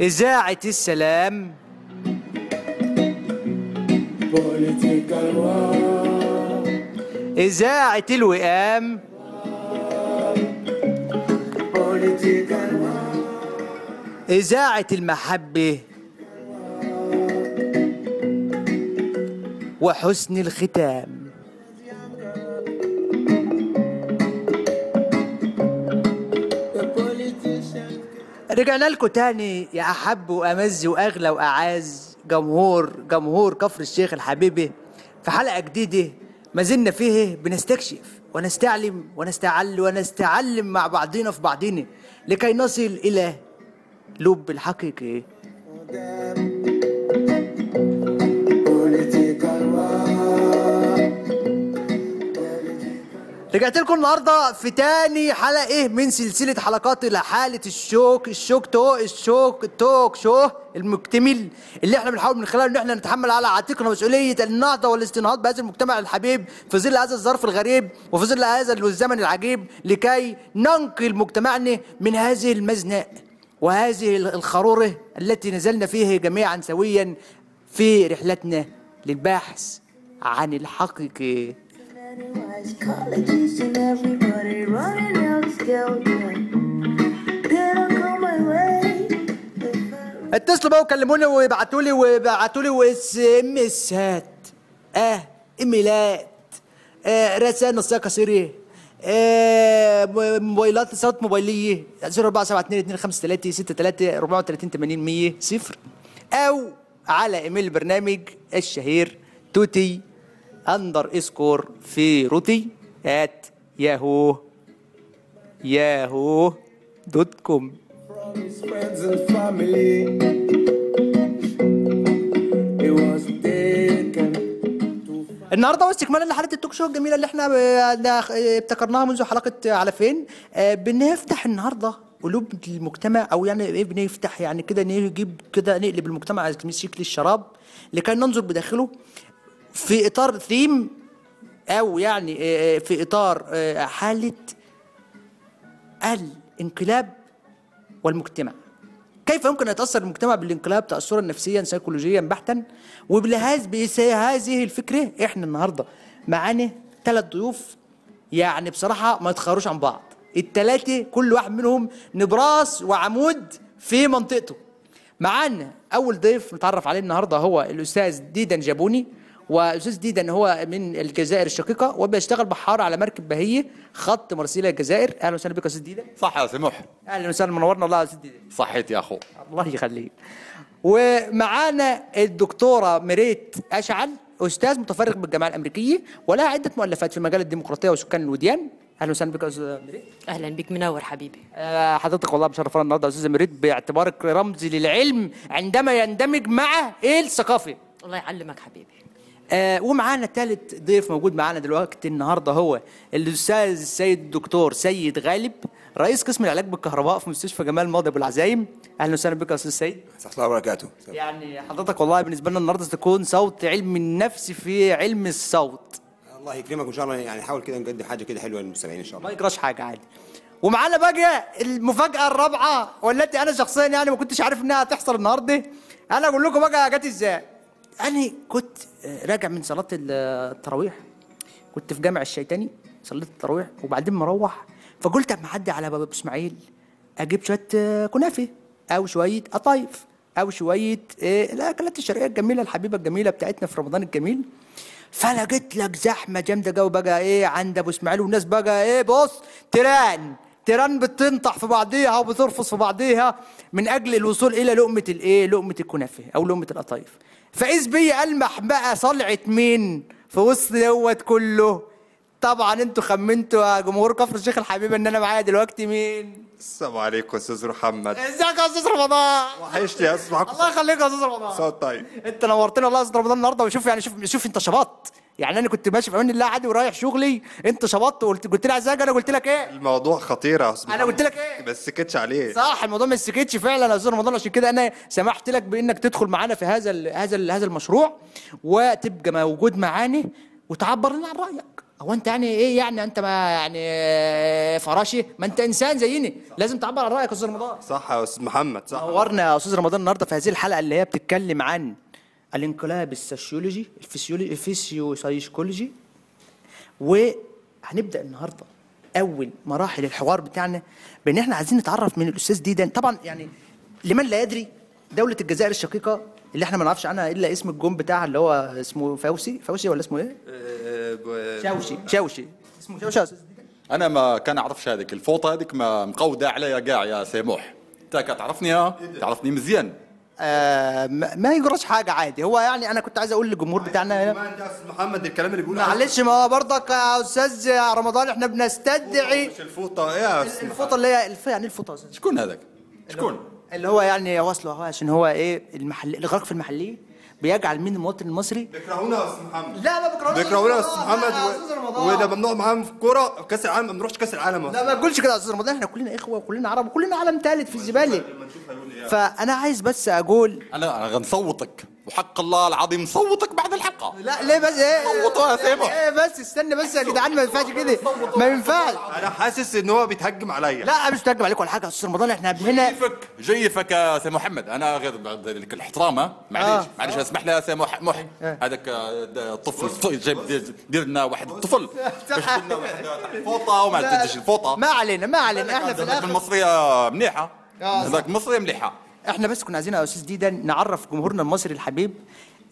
إذاعة السلام بوليتيكال وار إذاعة الوئام بوليتيكال وار إذاعة المحبة وحسن الختام The politician رجعنا لكم تاني يا أحب وأمز وأغلى وأعز جمهور جمهور كفر الشيخ الحبيبي في حلقة جديدة ما زلنا فيه بنستكشف ونستعلم ونستعل ونستعلم مع بعضنا في بعضنا لكي نصل إلى لب الحقيقي Political war رجعت لكم النهارده في تاني حلقه إيه من سلسله حلقات الى حاله الشوك الشوك تو الشوك توك شو المكتمل اللي احنا بنحاول من خلاله ان احنا نتحمل على عاتقنا مسؤوليه النهضه والاستنهاض بهذا المجتمع الحبيب في ظل هذا الظرف الغريب وفي ظل هذا الزمن العجيب لكي ننقل مجتمعنا من هذه المزناء وهذه الخروره التي نزلنا فيه جميعا سويا في رحلتنا للبحث عن الحقيقي Otherwise, colleges and everybody running out of skill. Then I come my way. If I اتصلوا بقى وكلموني وابعتوا لي وابعتوا لي واس ام اسات اه ايميلات آه رسائل نصيه قصيره آه مو- موبايلات اتصالات موبايليه 0472253663 او على ايميل البرنامج الشهير توتي اندر اسكور في روتي ات ياهو ياهو دوت كوم from his friends and family. He was taken. النهارده واستكمالا لحاله التوك شو الجميله اللي احنا ب- ناخ- ابتكرناها منذ حلقه على فين آه، بنفتح النهارده قلوب المجتمع او يعني ايه بنفتح يعني كده نجيب كده نقلب المجتمع على شكل الشراب لكي ننظر بداخله في اطار ثيم او يعني آه، آه، في اطار آه، حاله الانقلاب والمجتمع كيف يمكن أن يتأثر المجتمع بالانقلاب تأثرا نفسيا سيكولوجيا بحتا وبلهاز بهذه الفكرة احنا النهاردة معانا ثلاث ضيوف يعني بصراحة ما يتخيروش عن بعض التلاتة كل واحد منهم نبراس وعمود في منطقته معانا أول ضيف متعرف عليه النهاردة هو الأستاذ ديدن جابوني والاستاذ ديدن هو من الجزائر الشقيقه وبيشتغل بحار على مركب بهيه خط مرسيليا الجزائر اهلا وسهلا بك يا استاذ ديدن صح يا سموح اهلا وسهلا منورنا والله يا استاذ ديدن صحيت يا اخو الله يخليك ومعانا الدكتوره مريت اشعل استاذ متفرغ بالجامعه الامريكيه ولها عده مؤلفات في مجال الديمقراطيه وسكان الوديان اهلا وسهلا بك يا استاذ مريت اهلا بك منور حبيبي آه، حضرتك والله مشرفانا النهارده يا استاذ مريت باعتبارك رمز للعلم عندما يندمج مع الثقافه الله يعلمك حبيبي آه ومعانا ثالث ضيف موجود معانا دلوقتي النهارده هو الاستاذ السيد الدكتور سيد غالب رئيس قسم العلاج بالكهرباء في مستشفى جمال ماضي ابو العزايم اهلا وسهلا بك يا استاذ سيد صح الله وبركاته يعني حضرتك والله بالنسبه لنا النهارده ستكون صوت علم النفس في علم الصوت الله يكرمك وان شاء الله يعني نحاول كده نقدم حاجه كده حلوه للمستمعين ان شاء ما الله يجراش حاجه عادي ومعانا بقى المفاجاه الرابعه والتي انا شخصيا يعني ما كنتش عارف انها هتحصل النهارده انا اقول لكم بقى جت ازاي انا كنت آه، راجع من صلاه ال- التراويح كنت في جامع الشيطاني صليت التراويح وبعدين مروح فقلت اما اعدي على باب اسماعيل اجيب شويه آه، كنافه او شويه قطايف او شويه آه، الاكلات الشرقيه الجميله الحبيبه الجميله بتاعتنا في رمضان الجميل فلقيت لك زحمه جامده جو بقى ايه عند ابو اسماعيل والناس بقى ايه بص تيران تيران بتنطح في بعضيها وبترفص في بعضيها من اجل الوصول الى لقمه الايه لقمه الكنافه او لقمه القطايف فاذ بي المح بقى صلعه مين في وسط دوت كله طبعا انتوا خمنتوا يا جمهور كفر الشيخ الحبيب ان انا معايا دلوقتي مين السلام عليكم استاذ محمد ازيك يا استاذ رمضان وحشت لي اسمعك الله يخليك يا استاذ رمضان صوت طيب انت نورتنا والله يا استاذ رمضان النهارده وشوف يعني شوف شوف انت شبط يعني انا كنت ماشي في امان الله عادي ورايح شغلي انت شبطت وقلت قلت لي عايز اجي انا قلت لك ايه الموضوع خطير يا أستاذ أنا قلت لك محمد. إيه؟ ما سكتش عليه صح الموضوع ما سكتش فعلا يا استاذ رمضان عشان كده انا سمحت لك بانك تدخل معانا في هذا ال هذا ال هذا المشروع وتبقى موجود معانا وتعبر لنا عن رايك هو انت يعني ايه يعني انت ما يعني آه، فراشي ما انت انسان زيني لازم تعبر عن رايك يا استاذ رمضان صح يا استاذ محمد صح نورنا يا استاذ رمضان النهارده في هذه الحلقه اللي هي بتتكلم عن الانقلاب السوشيولوجي الفسيولوجي الفسيوسايكولوجي وهنبدا النهارده اول مراحل الحوار بتاعنا بان احنا عايزين نتعرف من الاستاذ ديدان طبعا يعني لمن لا يدري دوله الجزائر الشقيقه اللي احنا ما نعرفش عنها الا اسم الجون بتاعها اللي هو اسمه فوسي فوسي ولا اسمه ايه؟ آه، ب- شاوشي شاوشي اسمه شاوشي يا أستاذ ديدان. انا ما كان اعرفش هذيك الفوطه هذيك ما مقوده عليا قاع يا سيموح انت تعرفني إيه. تعرفني مزيان آه ما ما يجراش حاجه عادي هو يعني انا كنت عايز اقول للجمهور بتاعنا طيب، ما انت يا استاذ محمد الكلام اللي بيقوله معلش ما هو برضك يا استاذ رمضان احنا بنستدعي مش الفوطه ايه يا استاذ الفوطه اللي هي الف... يعني الفوطه يا أستاذ. شكون هذاك شكون اللي هو يعني واصله هو عشان هو ايه المحل الغرق في المحليه بيجعل من المواطن المصري بيكرهونا يا استاذ محمد لا ما بكرهوش بيكرهونا يا أستاذ استاذ رمضان، محمد لا يا و- أستاذ رمضان. وده ممنوع معاهم في الكوره كاس العالم ما بنروحش كاس العالم يا لا ما تقولش كده يا استاذ رمضان احنا كلنا اخوه وكلنا عرب وكلنا عالم ثالث في الزباله إيه فانا عايز بس اقول انا انا غنصوتك وحق الله العظيم نصوتك بعد الحلقه لا ليه بس ايه صوتوا يا سيبه. ايه بس استنى بس يا جدعان ما ينفعش كده ما ينفعش انا حاسس ان هو بيتهجم عليا لا مش تهجم عليكم ولا حاجه يا استاذ رمضان احنا هنا جيفك جيفك يا سي محمد انا غير بعد ذلك الاحترام ها؟ معليش آه. معليش اسمح لي يا سي مح- محي آه. هذاك آه، د- الطفل جاب دير- دير لنا واحد الطفل باش تقول لنا واحد تاع الفوطه وما تدش الفوطه ما علينا ما علينا احنا في هذاك الاخر المصريه مليحه آه. هذاك المصريه مليحه احنا بس كنا عايزين يا استاذ ديدا نعرف جمهورنا المصري الحبيب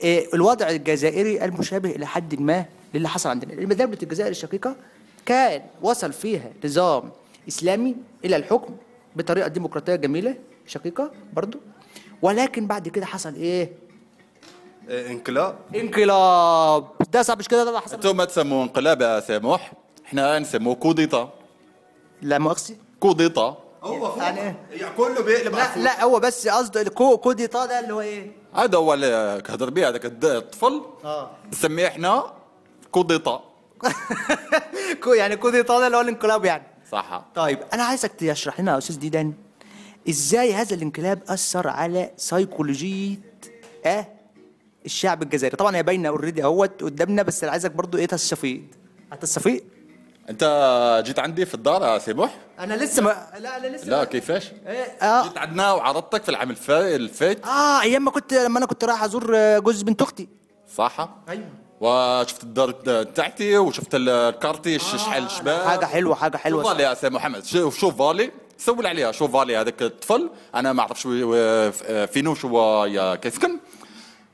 آه، الوضع الجزائري المشابه الى حد ما للي حصل عندنا لما دوله الجزائر الشقيقه كان وصل فيها نظام اسلامي الى الحكم بطريقه ديمقراطيه جميله شقيقه برضو ولكن بعد كده حصل ايه آه، انقلاب انقلاب ده صعب مش كده ده اللي حصل انتم تسموه انقلاب يا سامح احنا نسموه كوديتا لا مؤاخذه كوديتا هو فوق. يعني إيه؟ يعني كله بيقلب على لا فوق. لا هو بس قصده الكو كوديتا ده اللي هو ايه هذا هو اللي كهدر به هذاك الد- الطفل اه نسميه احنا كوديتا كو يعني كوديتا ده اللي هو الانقلاب يعني صح طيب انا عايزك تشرح لنا يا استاذ ديدان ازاي هذا الانقلاب اثر على سيكولوجيه اه الشعب الجزائري طبعا هي باينه اوريدي اهوت قدامنا بس انا عايزك برضو ايه تصفيق هتصفيق انت جيت عندي في الدار يا سيبوح انا لسه ما لا انا لسه لا كيفاش إيه، اه جيت عندنا وعرضتك في العام الف- الفات اه ايام ما كنت لما انا كنت رايح ازور آه، جوز بنت اختي صح ايوه وشفت الدار الت- تاعتي وشفت ال- الكارتي الش- شحال الشباب حاجه حلوه حاجه شوف حلوه فالي يا سي محمد شوف شوف فالي سول عليها شوف فالي هذاك الطفل انا ما اعرفش وي- وي- ف- فين وش هو يا كيسكن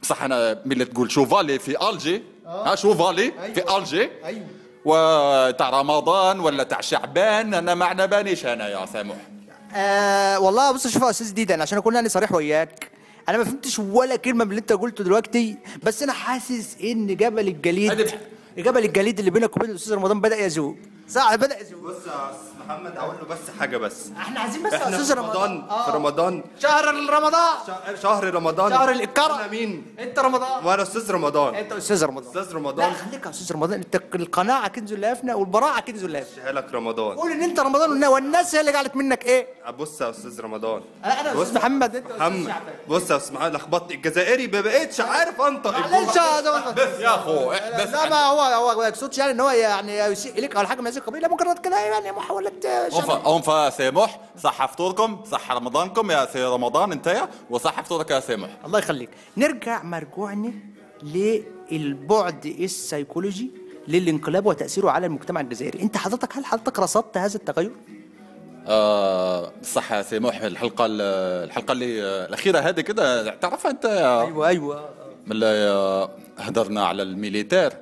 بصح انا ملي تقول شوف فالي في الجي آه. ها شوف فالي في الجي أيوة. وتاع رمضان ولا تاع شعبان انا ما على باليش انا يا سامح آه والله بص شوف يا استاذ ديدان عشان اكون يعني صريح وياك انا ما فهمتش ولا كلمه من اللي انت قلته دلوقتي بس انا حاسس ان جبل الجليد أدب. جبل الجليد اللي بينك وبين الاستاذ رمضان بدا يزوق صح بدا يزوق بص يا استاذ محمد اقول له بس حاجه بس احنا عايزين بس يا احنا استاذ في رمضان آه. رمضان في رمضان شهر رمضان شهر- شهر رمضان شهر إيه؟ الكرم انا مين انت رمضان وانا استاذ رمضان انت استاذ رمضان استاذ رمضان لا خليك يا استاذ رمضان انت القناعه كنز لا يفنى والبراعه كنز لا يفنى لك رمضان قول ان انت رمضان والناس هي اللي جعلت منك ايه بص يا استاذ رمضان انا أنا يا بص استاذ محمد انت يا استاذ محمد شعبان. بص يا استاذ محمد لخبطت الجزائري ما بقتش عارف انطق معلش يا استاذ رمضان. يا اخو احبس لا ما هو هو ما يقصدش يعني ان هو يعني يسيء اليك او حاجه من هذه القبيله مجرد كده يعني محاولة شر. اون فا سامح صح فطوركم صح رمضانكم يا سي رمضان انتيا وصح فطورك يا سامح الله يخليك نرجع مرجوعنا للبعد السيكولوجي للانقلاب وتاثيره على المجتمع الجزائري انت حضرتك هل حضرتك رصدت هذا التغير آه صح يا سي محي الحلقه ال- الحلقه اللي آه، الاخيره هذه كده تعرفها انت يا ايوه ايوه ملي آه، هدرنا على الميليتير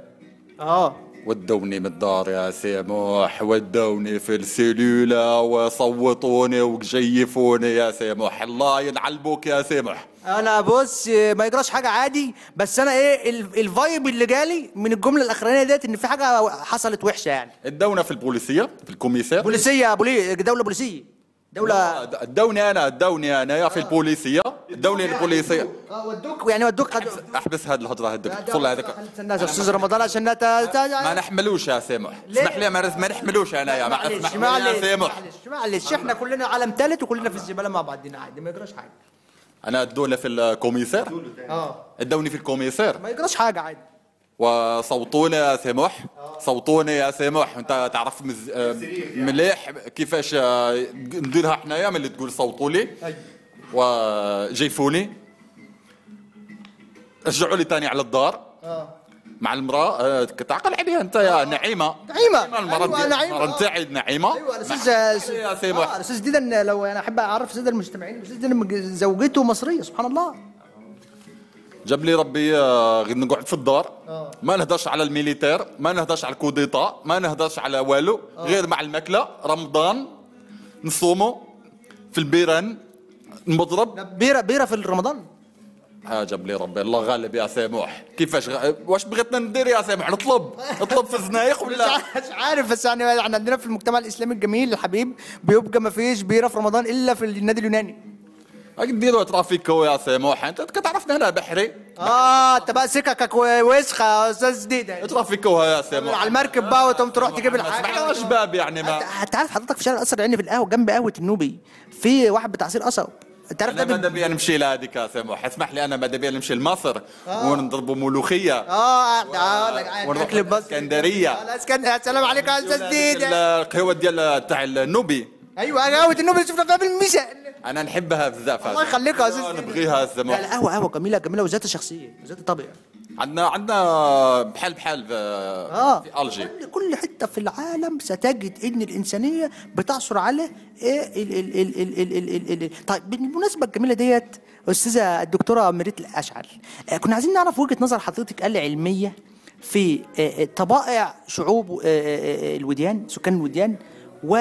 اه ودوني من الدار يا سي محي ودوني في السيلولة وصوتوني وجيفوني يا سي محي الله ينعلبوك يا سي محي انا بص ما يجراش حاجه عادي بس انا ايه ال- الفايب اللي جالي من الجمله الاخرانيه ديت ان في حاجه حصلت وحشه يعني الدونا في البوليسية في الكوميسير بوليسيه بولي دوله بوليسيه دولة دوني انا دوني انا يا في البوليسيه دوني البوليسيه اه ودوك يعني ودوك قد- احبس هاد الهضره هذيك طفل هذاك خلت الناس استاذ رمضان عشان لا تا- تا- ما نحملوش يا سامح اسمح لي ما ما نحملوش انايا ما معلش اسمح لي يا سامح معلش معلش احنا كلنا عالم ثالث وكلنا في الزباله مع بعضنا عادي ما يجراش حاجه انا ادونا في الكوميسار اه ادوني في الكوميسار ما يجراش حاجه عادي وصوتوني يا سامح صوتوني يا سامح انت تعرف مز... آه، مليح كيفاش آه، نديرها حنايا ملي تقول صوتولي طيب. وجيفوني رجعوا لي تاني على الدار آه. مع المراه آه، تعقل عليها انت يا نعيمه نعيمة. المراه أيوة، دي- نعيمة، المراه آه. تاعي نعيمه ايوه انا استاذ يا آه، سامح آه، الاستاذ ديدن لو انا احب اعرف الساده المجتمعين الاستاذ ديدن مج- زوجته مصريه سبحان الله جاب لي ربي آه، غير نقعد في الدار آه. ما نهدرش على الميليتير ما نهدرش على الكوديتا ما نهدرش على والو آه. غير مع الماكله رمضان نصومو في البيران نضرب بيره بيره في رمضان ها جاب لي ربي الله غالب يا سامح كيفاش غ... واش بغيتنا ندير يا سامح نطلب نطلب في الزنايق ولا مش عارف بس يعني احنا عندنا في المجتمع الاسلامي الجميل الحبيب بيبقى ما فيش بيره في رمضان الا في النادي اليوناني هاك ديروا ترافيكو يا سامح انت كتعرفنا انا بحري اه انت بقى سككك وسخه يا استاذ ديدن ترافيكوها يا سامح على المركب بقى وتقوم تروح تجيب سمعنا الحاجه شباب يعني ما انت عارف حضرتك في شارع القصر العيني في القهوه جنب قهوه النوبي في واحد بتاع عصير قصب انت عارف انا ده ماذا بال- بيا نمشي لهذيك يا سامح اسمح لي انا ماذا بيا نمشي لمصر آه. ونضربوا ملوخيه اه اه ونروح اكل بس الاسكندريه الاسكندريه السلام عليكم يا استاذ ديدن القهوه ديال تاع النوبي ايوه قهوه النوبي اللي شفنا فيها بالميشن انا نحبها بزاف آه، الله يخليك يا أستاذ ديدن. نبغيها لا السامح لا قهوه قهوه جميله جميله وذات شخصيه وذات طبيعه عندنا عندنا بحال بحال في, اه في الجي كل- كل حته في العالم ستجد ان الانسانيه بتعثر على إيه ال ال ال ال ال ال ال ال طيب بالمناسبه الجميله ديت استاذه الدكتوره مريت الاشعل آه، كنا عايزين نعرف وجهه نظر حضرتك العلميه في آه، آه، طبائع شعوب آه، آه، آه، الوديان سكان الوديان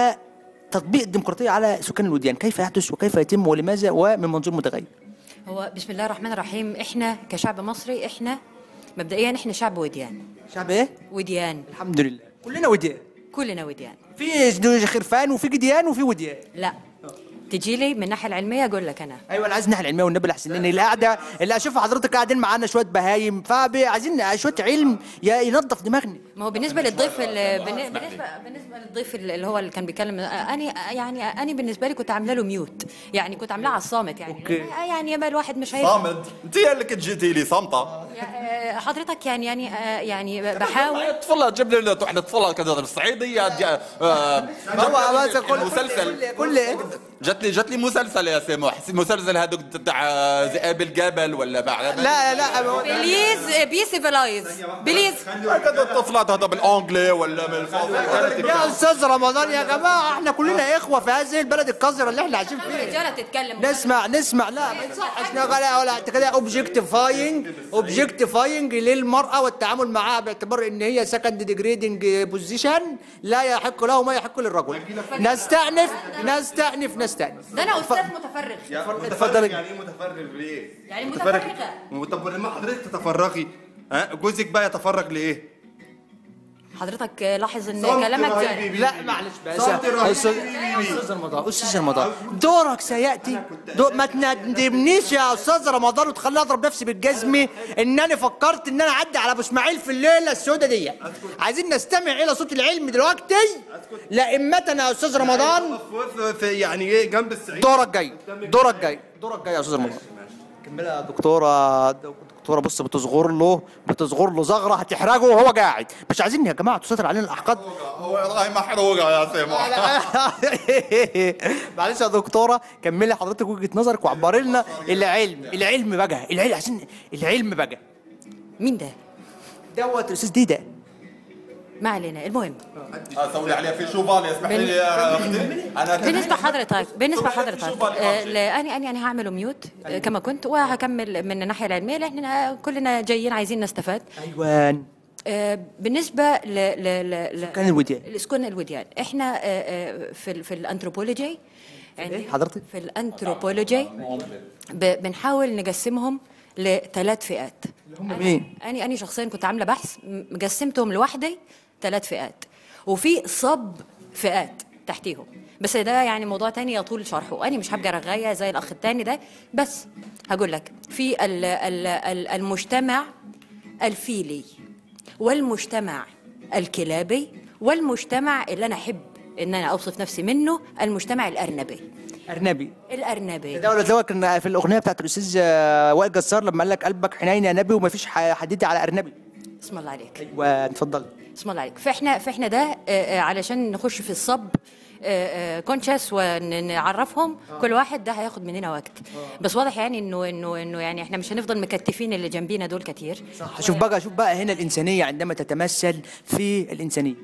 وتطبيق الديمقراطيه على سكان الوديان كيف يحدث وكيف يتم ولماذا ومن منظور متغير هو بسم الله الرحمن الرحيم احنا كشعب مصري احنا مبدئيا احنا شعب وديان شعب ايه وديان الحمد لله كلنا وديان كلنا وديان في خرفان وفي جديان وفي وديان لا تجي لي من الناحيه العلميه اقول لك انا ايوه انا عايز الناحيه العلميه والنبي الاحسن لان القعده اللي اشوفها حضرتك قاعدين معانا شويه بهايم فعايزين شويه علم ي- ينظف دماغنا ما هو بالنسبه للضيف ال- بالن- بالنسبه بالنسبه للضيف ال- اللي هو اللي كان بيتكلم آه، انا يعني آه، انا بالنسبه لي كنت عامله له ميوت يعني كنت عاملاه على الصامت يعني أوكي. آه، يعني يبقى الواحد مش هيفهم صامد انت هي اللي كتجيتي لي صامته آه، حضرتك يعني يعني آه، يعني بحاول طفلة جاب لي واحد طفلة كتهضر بالصعيدية ديال- آه، هو جات لي مسلسل كل كل جات لي جات لي مسلسل يا سامح مسلسل هذوك تاع ذئاب الجبل ولا ما لا لا بليز بي سيفلايز بليز هكذا الطفلة تهضر بالانجلي ولا من الفرنسي يا استاذ رمضان يا جماعه احنا كلنا اخوه في هذه البلد القذره اللي احنا عايشين فيها الرجاله تتكلم نسمع نسمع لا ما يصحش ولا ولا انت كده اوبجكتيفاينج اوبجكتيفاينج للمراه والتعامل معها باعتبار ان هي سكند ديجريدنج بوزيشن لا يحق له ما يحق للرجل نستأنف نستأنف نستأنف ده انا استاذ متفرغ اتفضلي. يعني إيه ايه متفرغ ليه؟ يعني متفرغ- متفرغة. طب ولما حضرتك تتفرغي ها جوزك بقى يتفرغ لايه؟ حضرتك آه، لاحظ ان صمت كلامك رهيب. جاري لا معلش بقى صمت رهيب. استاذ رمضان استاذ رمضان دورك سياتي دور ما تندمنيش يا استاذ رمضان وتخليني اضرب نفسي بالجزمه ان انا فكرت ان انا اعدي على ابو اسماعيل في الليله السوداء دي عايزين نستمع الى صوت العلم دلوقتي لا إمتنا يا استاذ رمضان في- في- في- يعني ايه جنب الصعيد دورك جاي دورك جاي دورك جاي يا استاذ رمضان كملها يا دكتوره دكتوره بص بتصغر له بتصغر له زغره هتحرجه وهو قاعد مش عايزين يا جماعه تسيطر علينا الاحقاد هو راهي محروقة يا سامح معلش يا دكتوره كملي حضرتك وجهه نظرك وعبري لنا العلم العلم بقى العلم عشان العلم بقى مين ده دوت الاستاذ ديدا ما علينا المهم آه، سولي عليها في شوفالي اسمح لي يا اختي انا بالنسبه لحضرتك بالنسبه طب أنا لحضرتك شوف على آه، الأرض. لا، اني اني انا هعمله ميوت آه، كما كنت وهكمل من الناحيه العلميه لان إحنا كلنا جايين عايزين نستفاد ايوان آه، بالنسبه ل ل ل ل- كان الوديان لسكان الوديان احنا آه، آه، في ال- في الانثروبولوجي إيه حضرتك؟ في الانثروبولوجي ب- بنحاول نقسمهم لثلاث فئات هم مين؟ انا انا شخصيا كنت عامله بحث م- قسمتهم لوحدي ثلاث فئات وفي صب فئات تحتيهم بس ده يعني موضوع تاني يطول شرحه انا مش هبقى رغايه زي الاخ التاني ده بس هقول لك في ال ال ال المجتمع الفيلي والمجتمع الكلابي والمجتمع اللي انا احب ان انا اوصف نفسي منه المجتمع الارنبي ارنبي الارنبي ده ولا دوت كان في الاغنيه بتاعت الاستاذ آه، وائل جسار لما قال لك قلبك حنين يا نبي ومفيش ح- حديدي على ارنبي اسم الله عليك ايوه اتفضل اسم الله عليك فاحنا فاحنا ده آه، آه، علشان نخش في الصب آه، آه، كونشس ونعرفهم كل واحد ده هياخد مننا وقت بس واضح يعني انه انه انه يعني احنا مش هنفضل مكتفين اللي جنبينا دول كتير شوف بقى شوف بقى هنا الانسانيه عندما تتمثل في الانسانيه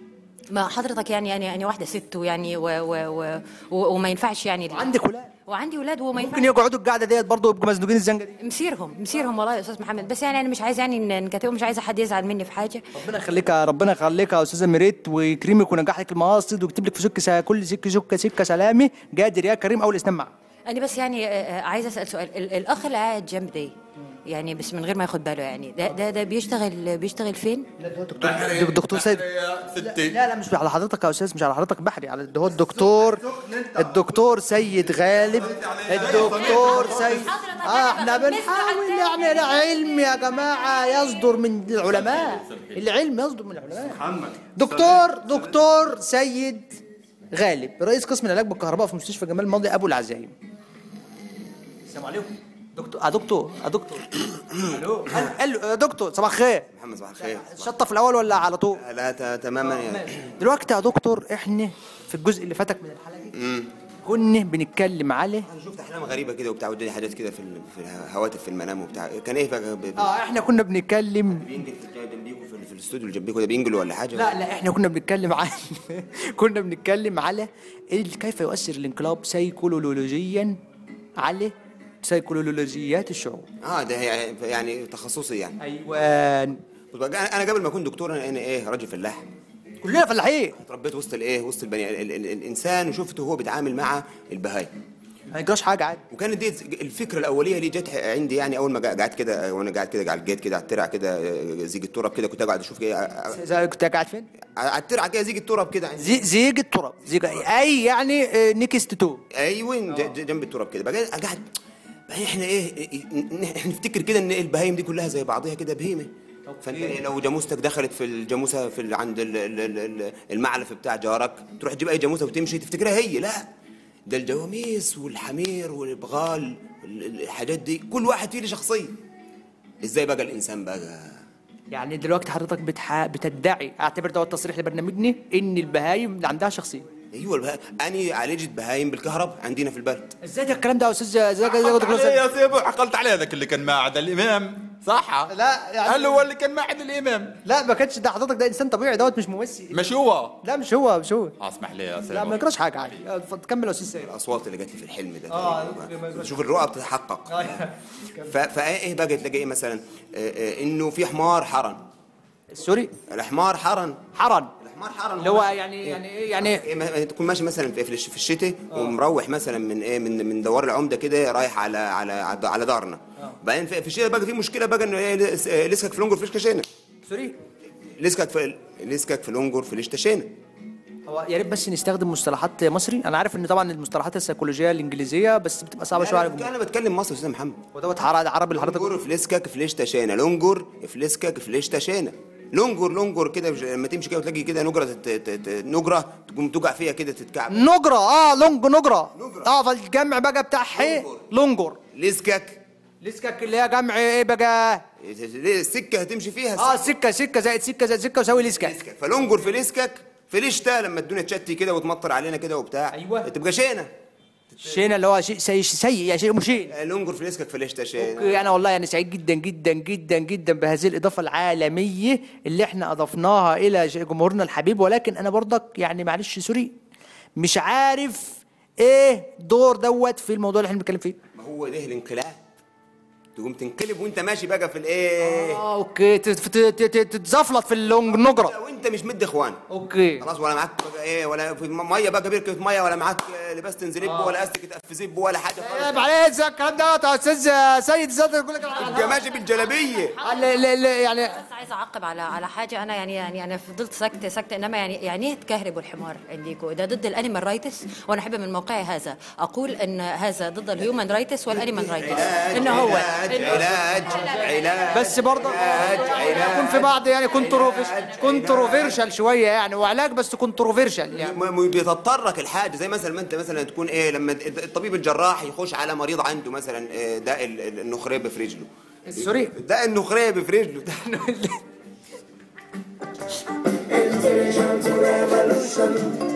ما حضرتك يعني يعني يعني واحده ست ويعني و و و و وما ينفعش يعني عندك ولاد وعندي ولاد وما ينفعش ممكن يقعدوا القعده ديت برضه يبقوا مزنوقين الزنقه دي مسيرهم مسيرهم والله يا استاذ محمد بس يعني انا مش عايز يعني نكتئب مش عايزه حد يزعل مني في حاجه ربنا يخليك يا- ربنا يخليك يا استاذه ميريت ويكرمك ونجح لك المقاصد ويكتب لك في سكه سا- كل سكه سكه سكه سلامي قادر يا كريم اول اسلام معك انا بس يعني آه، آه، عايزه اسال سؤال ال- الاخ اللي قاعد جنب ده يعني بس من غير ما ياخد باله يعني ده ده ده بيشتغل بيشتغل فين؟ دك- دكتور سيد ستي لا لا مش على حضرتك يا استاذ مش على حضرتك بحري على ده هو الدكتور الدكتور سيد غالب الدكتور سيد اه احنا بنحاول يعني العلم يا جماعه يصدر من العلماء العلم يصدر من العلماء محمد دكتور دكتور سيد غالب رئيس قسم العلاج بالكهرباء في مستشفى جمال ماضي ابو العزايم السلام عليكم دكتور اه دكتور اه دكتور الو قال له يا دكتور صباح الخير محمد صباح الخير شطف الاول ولا على طول لا ت- تماما يعني دلوقتي يا دكتور احنا في الجزء اللي فاتك من الحلقه دي كنا بنتكلم على شفت احلام غريبه كده وبتاع ودي حاجات كده في ال- في الهواتف في المنام وبتاع كان ايه بقى ب- آه. اه احنا كنا بنتكلم بينجل في جنبيكوا في في الاستوديو اللي جنبيكوا ده بينجل ولا حاجه لا لا احنا كنا بنتكلم عن كنا بنتكلم على ال- كيف يؤثر الانقلاب سيكولوجيا على سيكولوجيات الشعوب أيوة. اه ده يعني- يعني تخصصي يعني ايوان بص بقى، انا أنا قبل ما اكون دكتور انا أنا ايه راجل فلاح كلنا فلاحين اتربيت وسط الايه وسط البني ال- ال- الانسان وشفته هو بيتعامل مع البهايم ما نجراش حاجه عادي وكانت دي الفكره الاوليه ليه جت عندي يعني اول ما قا- قعدت كده وانا قاعد كده على الجيت كده على الترع كده زيج التراب كده كنت قاعد اشوف كده على زي كنت قاعد فين؟ على الترع كده زيج التراب كده عندي زي زيج التراب زيج اي يعني آه، نكست تو ايوه ج- ج- جنب التراب كده بقى قاعد بقى احنا ايه إيه- إيه- إحنا نفتكر كده ان البهايم دي كلها زي بعضها كده بهيمه فانت إيه لو جاموستك دخلت في الجاموسه في ال- عند ال- ال- ال- ال- المعلف بتاع جارك تروح تجيب اي جاموسه وتمشي تفتكرها هي لا ده الجواميس والحمير والبغال ال- ال- الحاجات دي كل واحد فيه له شخصيه ازاي بقى الانسان بقى يعني دلوقتي حضرتك بتح... بتدعي اعتبر ده تصريح لبرنامجنا ان البهايم اللي عندها شخصيه ايوه البها... اني عالجت بهايم بالكهرب عندنا في البلد ازاي ده الكلام ده يا استاذ ازاي ده- عقلت ده- عليه ده- يا سيبو عقلت عليه هذاك اللي كان ماعد الامام صح لا، يعني- هل هو اللي كان ماعد الامام لا ما كانش ده حضرتك ده انسان طبيعي دوت مش ممثل مش هو لا مش هو مش هو آه، اسمح لي لا يا ما سيبو يجراش حاجه عادي اتفضل كمل يا استاذ سيد الاصوات اللي جت لي في الحلم ده آه، تقريباً. شوف الرؤى بتتحقق ف- فايه بقى تلاقي ايه مثلا آه، آه، انه في حمار حرن سوري الحمار حرن حرن الحمار حرن اللي هو يعني يعني ايه يعني آه. إيه ما- تكون ماشي مثلا في في الش- في الشتاء ومروح مثلا من ايه من من دوار العمده كده رايح على على على على دارنا آه. بعدين في في الشتاء بقى في مشكله بقى انه ايه لس- آه، لسكك في الانجر في الشتاشينه سوري لسكك في لسكك في الانجر في الشتاشينه هو يا ريت بس نستخدم مصطلحات مصري انا عارف ان طبعا المصطلحات السيكولوجيه الانجليزيه بس بتبقى صعبه شويه على الجمهور انا بتكلم مصر يا استاذ محمد ودوت عر- عربي اللي آه، حضرتك لونجر في لسكك في ليش تشينا لونجر في لسكك في ليش تشينا لونجر لونجر كده مش- لما تمشي كده وتلاقي كده نجره تت- تت- نجره تقوم تقع فيها كده تتكعب نجرة اه لونج نجرة اه فالجمع بقى بتاع حي لونجر. لونجر لسكك لسكك اللي هي جمع ايه بقى السكه هتمشي فيها آه، اه سكه سكه زائد سكه زائد سكه وساوي لسكه لسكك فلونجر في لسكك في ليش تا لما الدنيا تشتي كده وتمطر علينا كده وبتاع أيوة. تبقى شينا شينا اللي هو شيء سيء سيء يعني شيء مشين لونجر في لسكك في ليش تشينا اوكي انا والله يعني سعيد جدا جدا جدا جدا بهذه الاضافه العالميه اللي احنا اضفناها الى ج- جمهورنا الحبيب ولكن انا برضك يعني معلش سوري مش عارف ايه دور دوت في الموضوع اللي احنا بنتكلم فيه ما هو ده الانقلاب تقوم تنقلب وانت ماشي بقى في الايه اه اوكي تت- تت- تت- تتزفلط في اللونج نجره وانت مش مد اخوان اوكي خلاص ولا معاك بقى ايه ولا في م- ميه بقى بيركه ميه ولا معاك لباس تنزليب ولا استك تقفزيب ولا حاجه عيب خالص عليك زي إيه، الكلام دوت يا استاذ سيد زاد يقول لك الجماجم الجلابيه ال- ال- ال- يعني بس عايزه اعقب على على حاجه انا يعني يعني انا فضلت ساكته ساكته انما يعني يعني ايه تكهربوا الحمار عنديكو ده ضد الانيمال رايتس وانا احب من موقعي هذا اقول ان هذا ضد الهيومن رايتس والانيمال رايتس ان هو علاج علاج علاج بس برضه علاج علاج يكون في بعض يعني كونتروفيش كونتروفيرشال شويه يعني وعلاج بس كونتروفيرشال يعني ما- ما بتتطرق الحاجه زي مثلا ما انت مثلا تكون ايه لما الطبيب الجراح يخش على مريض عنده مثلا آه، داء ال- ال- النخريب في رجله السوري داء النخريب في رجله ده Inspiration to revolution.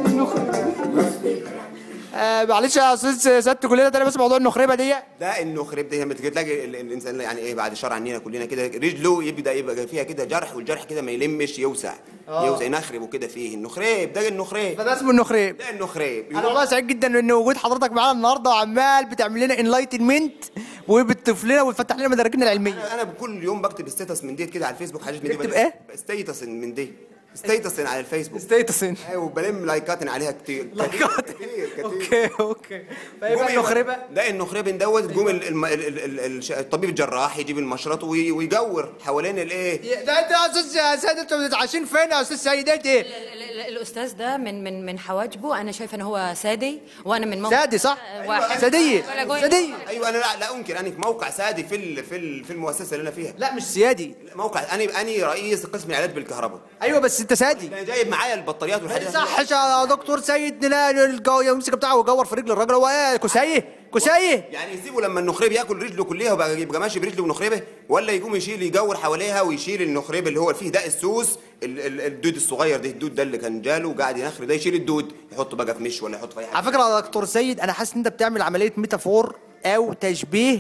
آه معلش يا استاذ سيادتي كلنا ده بس موضوع النخربه دي داء النخريب ده لما تيجي تلاقي ال- الانسان يعني ايه بعد شر عننا كلنا كده رجله يبدا يبقى فيها كده جرح والجرح كده ما يلمش يوسع يوسع ينخرب وكده فيه النخريب داء النخريب آه. فده اسمه النخريب داء النخريب انا والله سعيد جدا ان وجود حضرتك معانا النهارده وعمال بتعمل لنا انلايتمنت وبتضيف لنا وتفتح لنا مداركنا العلميه انا بكل يوم بكتب ستاتس من ديت كده على الفيسبوك حاجات من دي تكتب بل- إيه؟ ستيتس من دي ستيتس على الفيسبوك ستيتسين ايوه وبلم لايكات عليها كتير لايكات. طيب، كتير كتير اوكي اوكي فايه قوم بقى النخربه ده النخربه دوت طيب. جم ال- الم- ال- ال- ال- الش- الطبيب الجراح يجيب المشرط وي- ويجور حوالين إيه، الايه ده انت يا استاذ سيد انتوا بتتعشين فين يا استاذ سيد انت ايه؟ ال- ال- الاستاذ ده من من من حواجبه انا شايفه ان هو سادي وانا من موقع سادي صح؟ واحد. سادية ولا جوي. سادية ايوه انا لا, لا انكر اني في موقع سادي في ال- في ال- في المؤسسه اللي انا فيها لا مش سيادي موقع اني اني رئيس قسم العلاج بالكهرباء ايوه بس انت سادي انا جايب معايا البطاريات والحاجات صح يا دكتور سيد نلاقي الجو يمسك بتاعه ويجور في رجل الراجل هو ايه كسيه كسيه يعني يسيبوا لما النخريب ياكل رجله كلها وبقى يبقى ماشي برجله ونخربه ولا يقوم يشيل يجور حواليها ويشيل النخريب اللي هو فيه داء السوس ال- ال- الدود الصغير ده الدود ده اللي كان جاله وقاعد ينخرب ده يشيل الدود يحطه بقى في مش ولا يحطه في اي حاجه على فكره يا دكتور سيد انا حاسس ان انت بتعمل عمليه ميتافور او تشبيه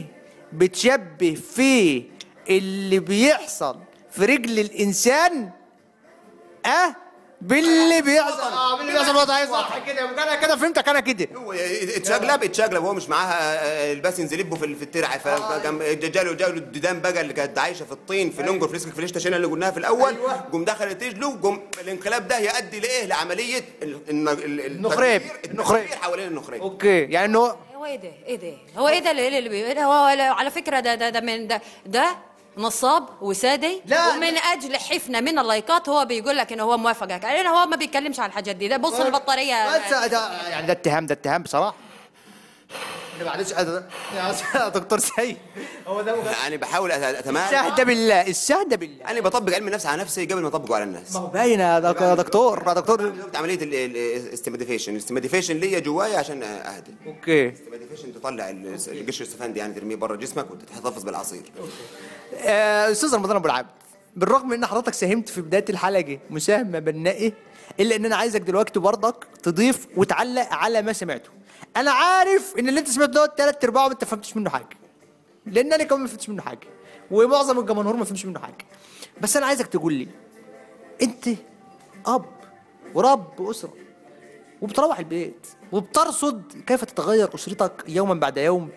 بتشبه فيه اللي بيحصل في رجل الانسان اه باللي بيحصل اه باللي بيحصل في الوطن. صح كده انا كده فهمتك انا كده هو اتشقلب اتشقلب وهو مش معاها آه، الباس ينزلبه في في الترعه فكان جاله جاله الديدان بقى اللي كانت عايشه في الطين في لونجر فليسك فليش تشينا اللي قلناها في الاول قوم دخلت رجله قوم الانقلاب ده يؤدي لايه لعمليه ال- الن- ال- النخريب. التكبير- النخريب. التكبير حوالين النخريب اوكي يعني انه هو ايه ده ايه ده هو ايه ده اللي اللي بي- إيه ده؟ هو هو- على فكره ده ده ده من ده ده نصاب وسادي لا. ومن اجل حفنه من اللايكات هو بيقول لك ان هو موافقك يعني هو ما بيتكلمش على الحاجات دي ده بص طيب. البطاريه بس ده يعني ده اتهام ده اتهام بصراحه أنا معلش أنا- يا دكتور سيد هو ده مغ- يعني بحاول أت- اتمالك استهدى بالله استهدى بالله انا بطبق علم النفس على نفسي قبل ما اطبقه على الناس ما هو باين يا دك- يا دكتور يا دكتور عملت عمليه الاستمديفيشن الاستمديفيشن ليا جوايا عشان اهدى اوكي الاستمديفيشن تطلع ال- القشر السفندي يعني ترميه بره جسمك وتتحتفظ بالعصير آه، استاذ رمضان ابو العاب بالرغم ان حضرتك ساهمت في بدايه الحلقه دي إيه؟ مساهمه بنائه الا ان انا عايزك دلوقتي برضك تضيف وتعلق على ما سمعته انا عارف ان اللي انت سمعته دوت ثلاث ارباعه انت ما فهمتش منه حاجه لان انا كمان ما فهمتش منه حاجه ومعظم الجمهور ما فهمش منه حاجه بس انا عايزك تقول لي انت اب ورب اسره وبتروح البيت وبترصد كيف تتغير اسرتك يوما بعد يوم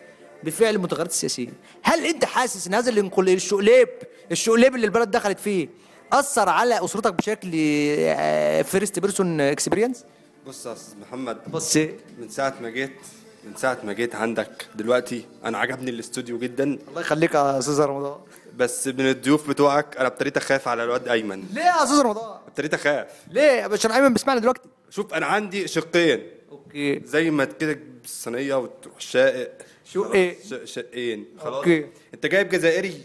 بفعل المتغيرات السياسيه هل انت حاسس ان هذا الانقل- الشقلاب الشقلاب اللي البلد دخلت فيه اثر على اسرتك بشكل آه، فيرست بيرسون اكسبيرينس بص يا استاذ محمد بص الله من ساعه ما جيت من ساعه ما جيت عندك دلوقتي انا عجبني الاستوديو جدا يخليك يا استاذ رمضان بس من الضيوف بتوعك انا ابتديت اخاف على الواد ايمن ليه يا استاذ رمضان ابتديت اخاف ليه عشان ايمن بيسمعنا دلوقتي شوف انا عندي شقين اوكي زي ما كده تجيب الصينيه وتروح شاقق شو ايه ش- شقين خلاص أوكي. انت جايب جزائري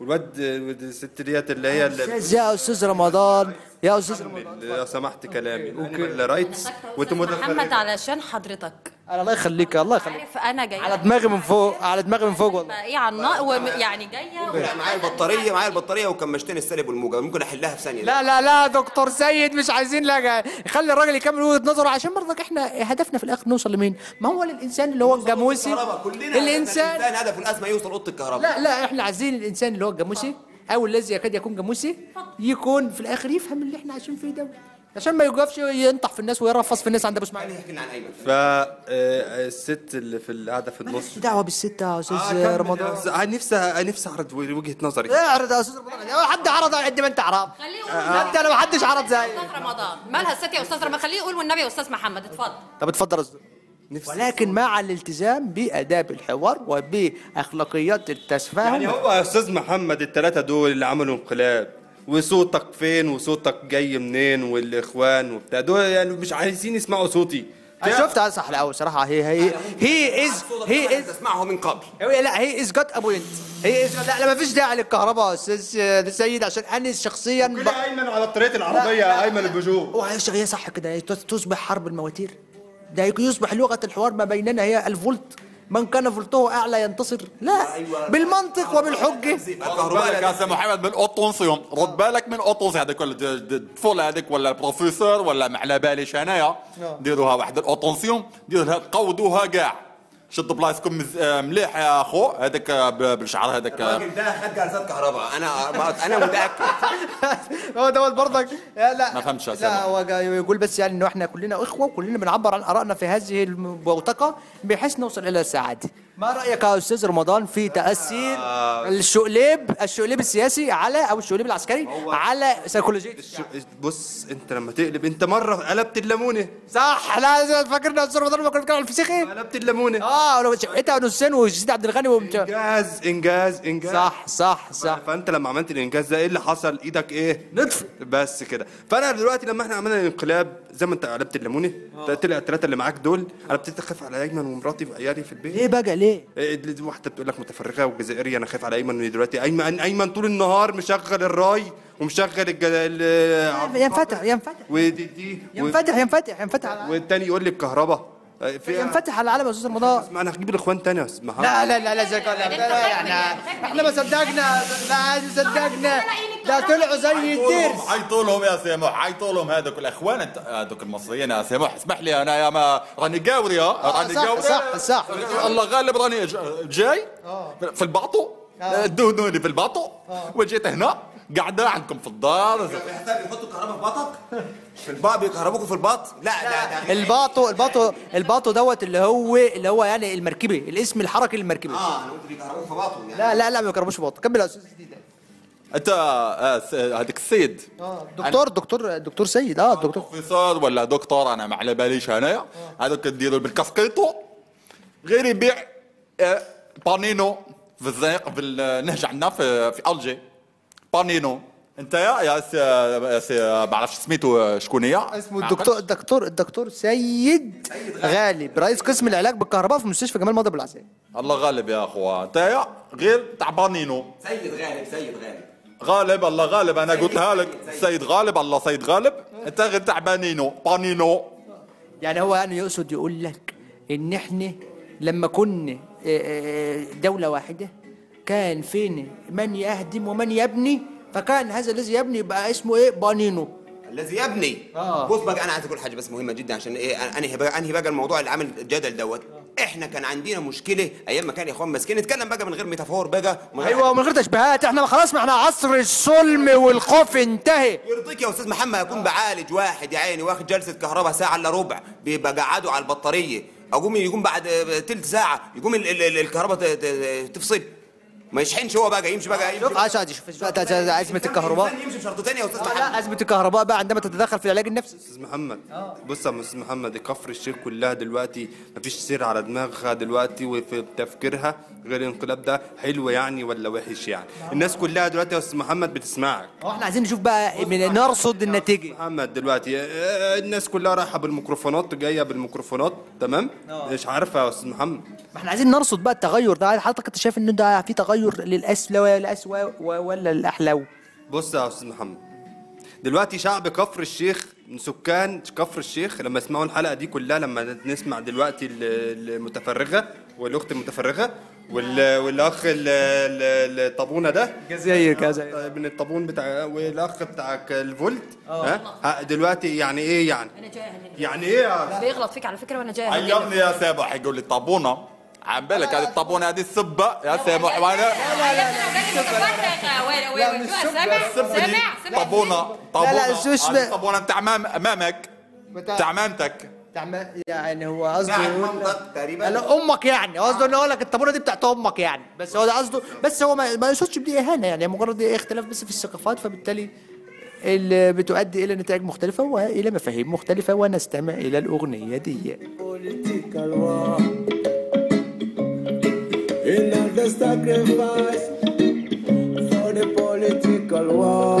والواد والواد الست ديت اللي هي اللي استاذ يا استاذ رمضان يا استاذ رمضان لو سمحت كلامي اللي رايتس وانت محمد متفرج علشان حضرتك انا الله يخليك الله يخليك عارف انا جايه على دماغي من فوق على دماغي من فوق والله ايه على النار وم- يعني جايه لا معايا البطاريه معايا البطاريه وكمشتين السالب والموجب ممكن احلها في ثانيه لا لا لا دكتور سيد مش عايزين لا خلي الراجل يكمل وجهه نظره عشان برضك احنا هدفنا في الاخر نوصل لمين؟ ما هو الانسان اللي هو الجاموسي الكهرباء كلنا الانسان الانسان هدفه الازمه يوصل اوضه الكهرباء لا لا احنا عايزين الانسان اللي هو الجاموسي او الذي يكاد يكون جاموسي يكون في الاخر يفهم اللي احنا عايشين فيه ده عشان ما يوقفش ينطح في الناس ويرفص في الناس عند ابو اسماعيل يعني حكينا عن ايمن فالست آه، اللي في القاعده في النص مالكش دعوه بالست يا استاذ آه، رمضان كمل. آه، نفسي آه، نفسي اعرض وجهه نظري اعرض يا استاذ رمضان يا حد عرض قد ما انت عرض خليه انت يقول انا ما حدش عرض زي استاذ رمضان مالها الست يا استاذ رمضان خليه يقول والنبي يا استاذ محمد اتفضل طب اتفضل يا استاذ نفسي ولكن مع الالتزام باداب الحوار وباخلاقيات التفاهم يعني هو يا استاذ محمد الثلاثه دول اللي عملوا انقلاب وصوتك فين وصوتك جاي منين والاخوان وبتاع دول يعني مش عايزين يسمعوا صوتي انا شفت عز حلقه صراحه هي هي هي از هي از اسمعه من قبل لا هي از جت ابوينت هي از لا لا مفيش داعي للكهرباء يا استاذ سيد عشان انا شخصيا ب... ايمن على الطريقه العربيه ايمن البجو وعايش هي صح كده تص- تصبح حرب المواتير ده يك- يصبح لغه الحوار ما بيننا هي الفولت من كان فولته اعلى ينتصر لا أيوة. بالمنطق وبالحجه بالك يا سيدي محمد من اوتونسيون رد بالك من اوتونسيون هذاك ولا د- د- الطفوله هذيك ولا البروفيسور ولا ما على باليش انايا ديروها واحد الاوتونسيون ديروها قودوها كاع شدوا بلايصكم مز- آه، مليح يا خو هذاك آه، ب- بالشعر هذاك آه، الراجل ده خد جلسات كهرباء انا انا متاكد هو دوت برضك لا لا ما فهمتش يا سلام. لا هو جا- يقول بس يعني انه احنا كلنا اخوه وكلنا بنعبر عن ارائنا في هذه البوتقه بحيث نوصل الى السعاده. ما رايك يا استاذ رمضان في تاثير آه. الشقلب الشقلب السياسي على او الشقلب العسكري على سيكولوجيه الشعب؟ بص انت لما تقلب انت مره قلبت الليمونه صح لا فاكرنا استاذ رمضان لما كنا بنتكلم عن الفسيخي؟ قلبت الليمونه اه لو- انت ونسين وجديد عبد الغني ومش- انجاز انجاز انجاز صح صح صح فانت لما عملت الانجاز ده ايه اللي حصل ايدك ايه نطف بس كده فانا دلوقتي لما احنا عملنا الانقلاب زي ما انت قلبت الليمونه آه. طلع الثلاثه اللي معاك دول انا ابتديت اخاف على ايمن ومراتي وعيالي في البيت ليه بقى ليه؟ إيه دل- واحده بتقول لك متفرغه وجزائري انا خايف على ايمن دلوقتي ايمن ايمن طول النهار مشغل الراي ومشغل الج... ال... ينفتح ينفتح ودي دي و... ينفتح ينفتح ينفتح على- والتاني يقول لي الكهرباء إيه، في ينفتح على العالم يا استاذ رمضان ما انا هجيب الاخوان تاني يا أستاذ محمد. لا لا لا لا زي كده لا لا يعني احنا ما صدقنا لا عايز صدقنا ده طلعوا زي الدرس حيطوا لهم يا سامح حيطوا لهم هذوك الاخوان انت هذوك المصريين يا سامح اسمح لي انا يا ما راني قاوري ها راني آه، صح، قاوري صح، صح. آه. الله غالب راني ج- جاي في الباطو آه، دهنوني في الباطو وجيت هنا قاعده عندكم في الدار يحطوا كهرباء في بطك في الباط بيكهربوكوا في الباط لا لا ده الباطو الباطو الباطو دوت اللي هو اللي هو يعني المركبي الاسم الحركي للمركبي اه انا قلت بيكهربوكوا في باطه يعني لا لا لا ما يقربوش باطو كمل يا استاذ جديد انت آه، س- هذاك السيد آه. دكتور دكتور دكتور سيد اه دكتور بروفيسور ولا دكتور انا ما على باليش انايا هذوك ديروا بالكاسكيطو غير يبيع آه، بانينو في الزنيق في النهج عندنا في في الجي بانينو انت يا يا سي يا سي ما عرفتش سميتو آه، شكون هي اسمه الدكتور الدكتور الدكتور سيد غالب رئيس قسم العلاج بالكهرباء في مستشفى جمال مضرب العسكري الله غالب يا اخوان انت يا غير تاع بانينو سيد غالب سيد غالب غالب الله غالب انا قلتها لك سيد غالب الله سيد غالب انت غير تاع بانينو بانينو يعني هو يعني يقصد يقول لك ان احنا لما كنا آه، آه، دولة واحدة كان فينا من يهدم ومن يبني فكان هذا الذي يبني يبقى اسمه ايه بانينو الذي يبني آه. بص بقى انا عايز اقول حاجه بس مهمه جدا عشان ايه أنا- انهي بقى انهي بقى الموضوع اللي عامل جدل دوت آه. احنا كان عندنا مشكله ايام ما كان يا اخوان ماسكين نتكلم بقى من غير ميتافور بقى ومن غير ايوه ومن غير تشبيهات احنا خلاص ما احنا عصر الظلم والخوف انتهى يرضيك يا استاذ محمد اكون بعالج واحد يا عيني واخد جلسه كهرباء ساعه الا ربع بيبقى قعده على البطاريه اقوم يقوم بعد آه، تلت ساعه يقوم ال- ال- ال- الكهرباء ت- ت- تفصل ما يشحنش هو بقى يمشي بقى يمشي شوف عشان دي آه، شوف بقى ازمه الكهرباء الإنسان يمشي بشرطتين يا استاذ محمد لا ازمه الكهرباء بقى عندما تتدخل في العلاج النفسي استاذ محمد بص يا استاذ محمد كفر الشيء كلها دلوقتي مفيش سير على دماغها دلوقتي وفي تفكيرها غير الانقلاب ده حلو يعني ولا وحش يعني الناس كلها دلوقتي يا استاذ محمد بتسمعك هو احنا عايزين نشوف بقى من نرصد النتيجه محمد دلوقتي آه، الناس كلها رايحه بالميكروفونات جايه بالميكروفونات تمام اه. مش عارفه يا استاذ محمد ما احنا عايزين نرصد بقى التغير ده حضرتك انت شايف ان ده في تغير للاسوء ولا الاسوء ولا الاحلو بص يا استاذ محمد دلوقتي شعب كفر الشيخ من سكان كفر الشيخ لما يسمعوا الحلقه دي كلها لما نسمع دلوقتي ال- المتفرغه والاخت المتفرغه وال- والاخ ال- ال- الطابونه ده جزائر كذا من الطابون بتاع والاخ بتاع الفولت ها ها، دلوقتي يعني ايه يعني انا جاي اهنيك يعني ايه يا بيغلط فيك على فكره وانا جاي أيوة. عيرني اهنيك يا سامح يقول لي الطابونه عم بالك هذه الطابونه هذه السبه يا سامح وانا السبه دي طابونه لا، لا، طابونه شو اسمه؟ هذه الطابونه بتاع مام امامك بتاع مامتك يعني هو قصده نعم، يقول- منطق تقريباً. قال له امك يعني قصده ان اقول لك الطابونه دي بتاعت امك يعني إيه، بس هو ده قصده بس هو ما ما يقصدش بدي اهانه يعني مجرد ايه اختلاف بس في الثقافات فبالتالي اللي بتؤدي إلى نتائج مختلفة وإلى مفاهيم مختلفة ونستمع إلى الأغنية دي political war. Enough the sacrifice for the political war.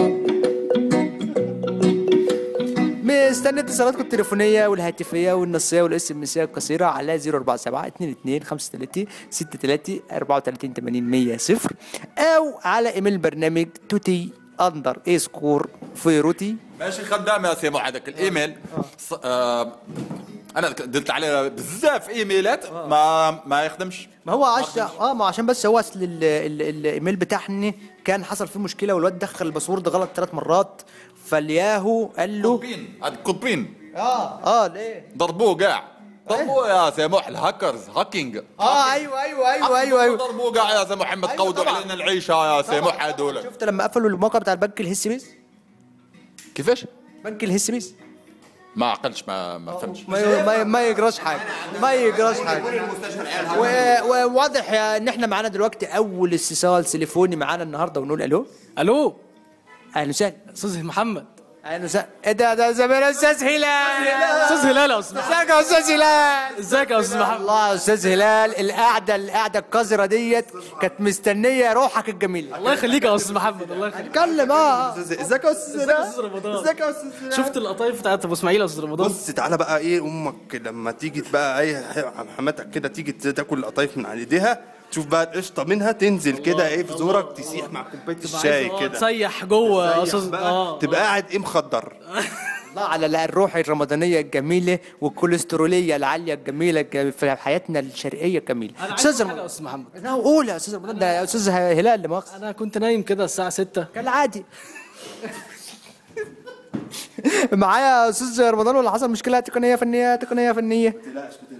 مستني اتصالاتكم التليفونية والهاتفية والنصية والاس ام اسية القصيرة على 047 22 35 63 34 80 100 صفر أو على ايميل برنامج توتي اندر اي سكور فيروتي ماشي خدام يا سيمو هذاك الايميل ص... آه... انا درت عليه بزاف ايميلات آه. ما ما يخدمش ما هو عشان اه ما عشان بس هو اصل ال- ال- الايميل بتاعنا كان حصل فيه مشكله والواد دخل الباسورد غلط ثلاث مرات فالياهو قال له قطبين هاد قطبين اه اه ليه ضربوه كاع إيه؟ ضربوه يا سيمو الهاكرز هاكينج اه ايوه ايوه أيوه، ايوه ايوه ايوه ضربوه كاع يا سيمو محمد أيوة قودوا طبعاً. علينا العيشه يا سيمو هذول شفت لما قفلوا الموقع بتاع البنك الهس بيس كيفاش بنك الهس بيس ما عقلش ما ما فهمتش ما ما ما يجراش حاجه ما يجراش حاجه و- وواضح يا- ان احنا معانا دلوقتي اول اتصال تليفوني معانا النهارده ونقول الو الو اهلا وسهلا استاذ محمد اهلا وسهلا ايه ده ده زمان استاذ هلال استاذ هلال يا استاذ ازيك يا استاذ هلال ازيك يا استاذ محمد الله يا استاذ هلال القعده القعده القذره ديت كانت مستنيه روحك الجميله الله يخليك يا استاذ محمد الله يخليك اتكلم اه ازيك يا استاذ ازيك يا استاذ رمضان يا استاذ شفت اللقطات بتاعت ابو اسماعيل يا استاذ رمضان بص تعالى بقى ايه امك لما تيجي بقى ايه ح- حماتك كده تيجي تاكل القطايف من على ايديها تشوف بقى القشطه منها تنزل كده ايه في زورك تسيح مع كوبايه الشاي آه، كده تسيح جوه يا تسيح استاذ بقى، اه تبقى قاعد ايه مخدر الله على الروح الرمضانيه الجميله والكوليستروليه العاليه الجميله الج- في حياتنا الشرقيه الجميله انا عايز استاذ حاجه يا رمضان استاذ محمد انا اقول يا استاذ رمضان ده يا استاذ هلال لا مؤاخذه انا كنت نايم كده الساعه 6 كالعادي معايا يا استاذ رمضان ولا حصل مشكله تقنيه فنيه تقنيه فنيه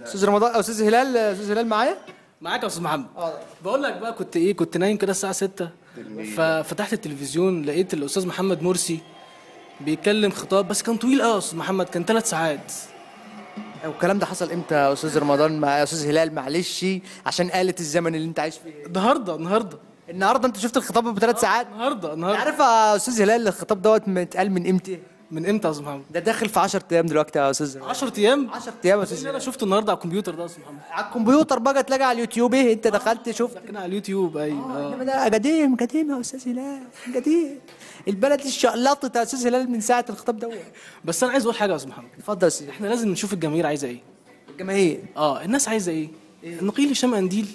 استاذ رمضان أو استاذ هلال استاذ هلال معايا معاك يا استاذ محمد آه. بقول لك بقى كنت ايه كنت نايم كده الساعه 6 ففتحت التلفزيون لقيت الاستاذ محمد مرسي بيتكلم خطاب بس كان طويل قوي يا استاذ محمد كان ثلاث ساعات والكلام ده حصل امتى يا استاذ رمضان مع يا استاذ هلال معلش عشان آلة الزمن اللي انت عايش فيه النهارده النهارده النهارده انت شفت الخطاب بثلاث ساعات النهارده النهارده عارف يا استاذ هلال الخطاب دوت متقال من امتى من امتى يا استاذ محمد ده داخل في 10 ايام دلوقتي يا استاذ 10 ايام 10 ايام يا إيه استاذ اللي هلال. انا شفته النهارده على الكمبيوتر ده يا استاذ محمد على الكمبيوتر بقى تلاقي على اليوتيوب ايه انت دخلت شفت كان على اليوتيوب ايوه إنما ده آه. قديم قديم يا استاذ هلال قديم البلد اتشقلطت يا استاذ هلال من ساعه الخطاب دوت بس انا عايز اقول حاجه يا استاذ محمد اتفضل يا استاذ احنا لازم نشوف الجماهير عايزه ايه الجماهير اه الناس عايزه ايه إيه؟ نقيل هشام قنديل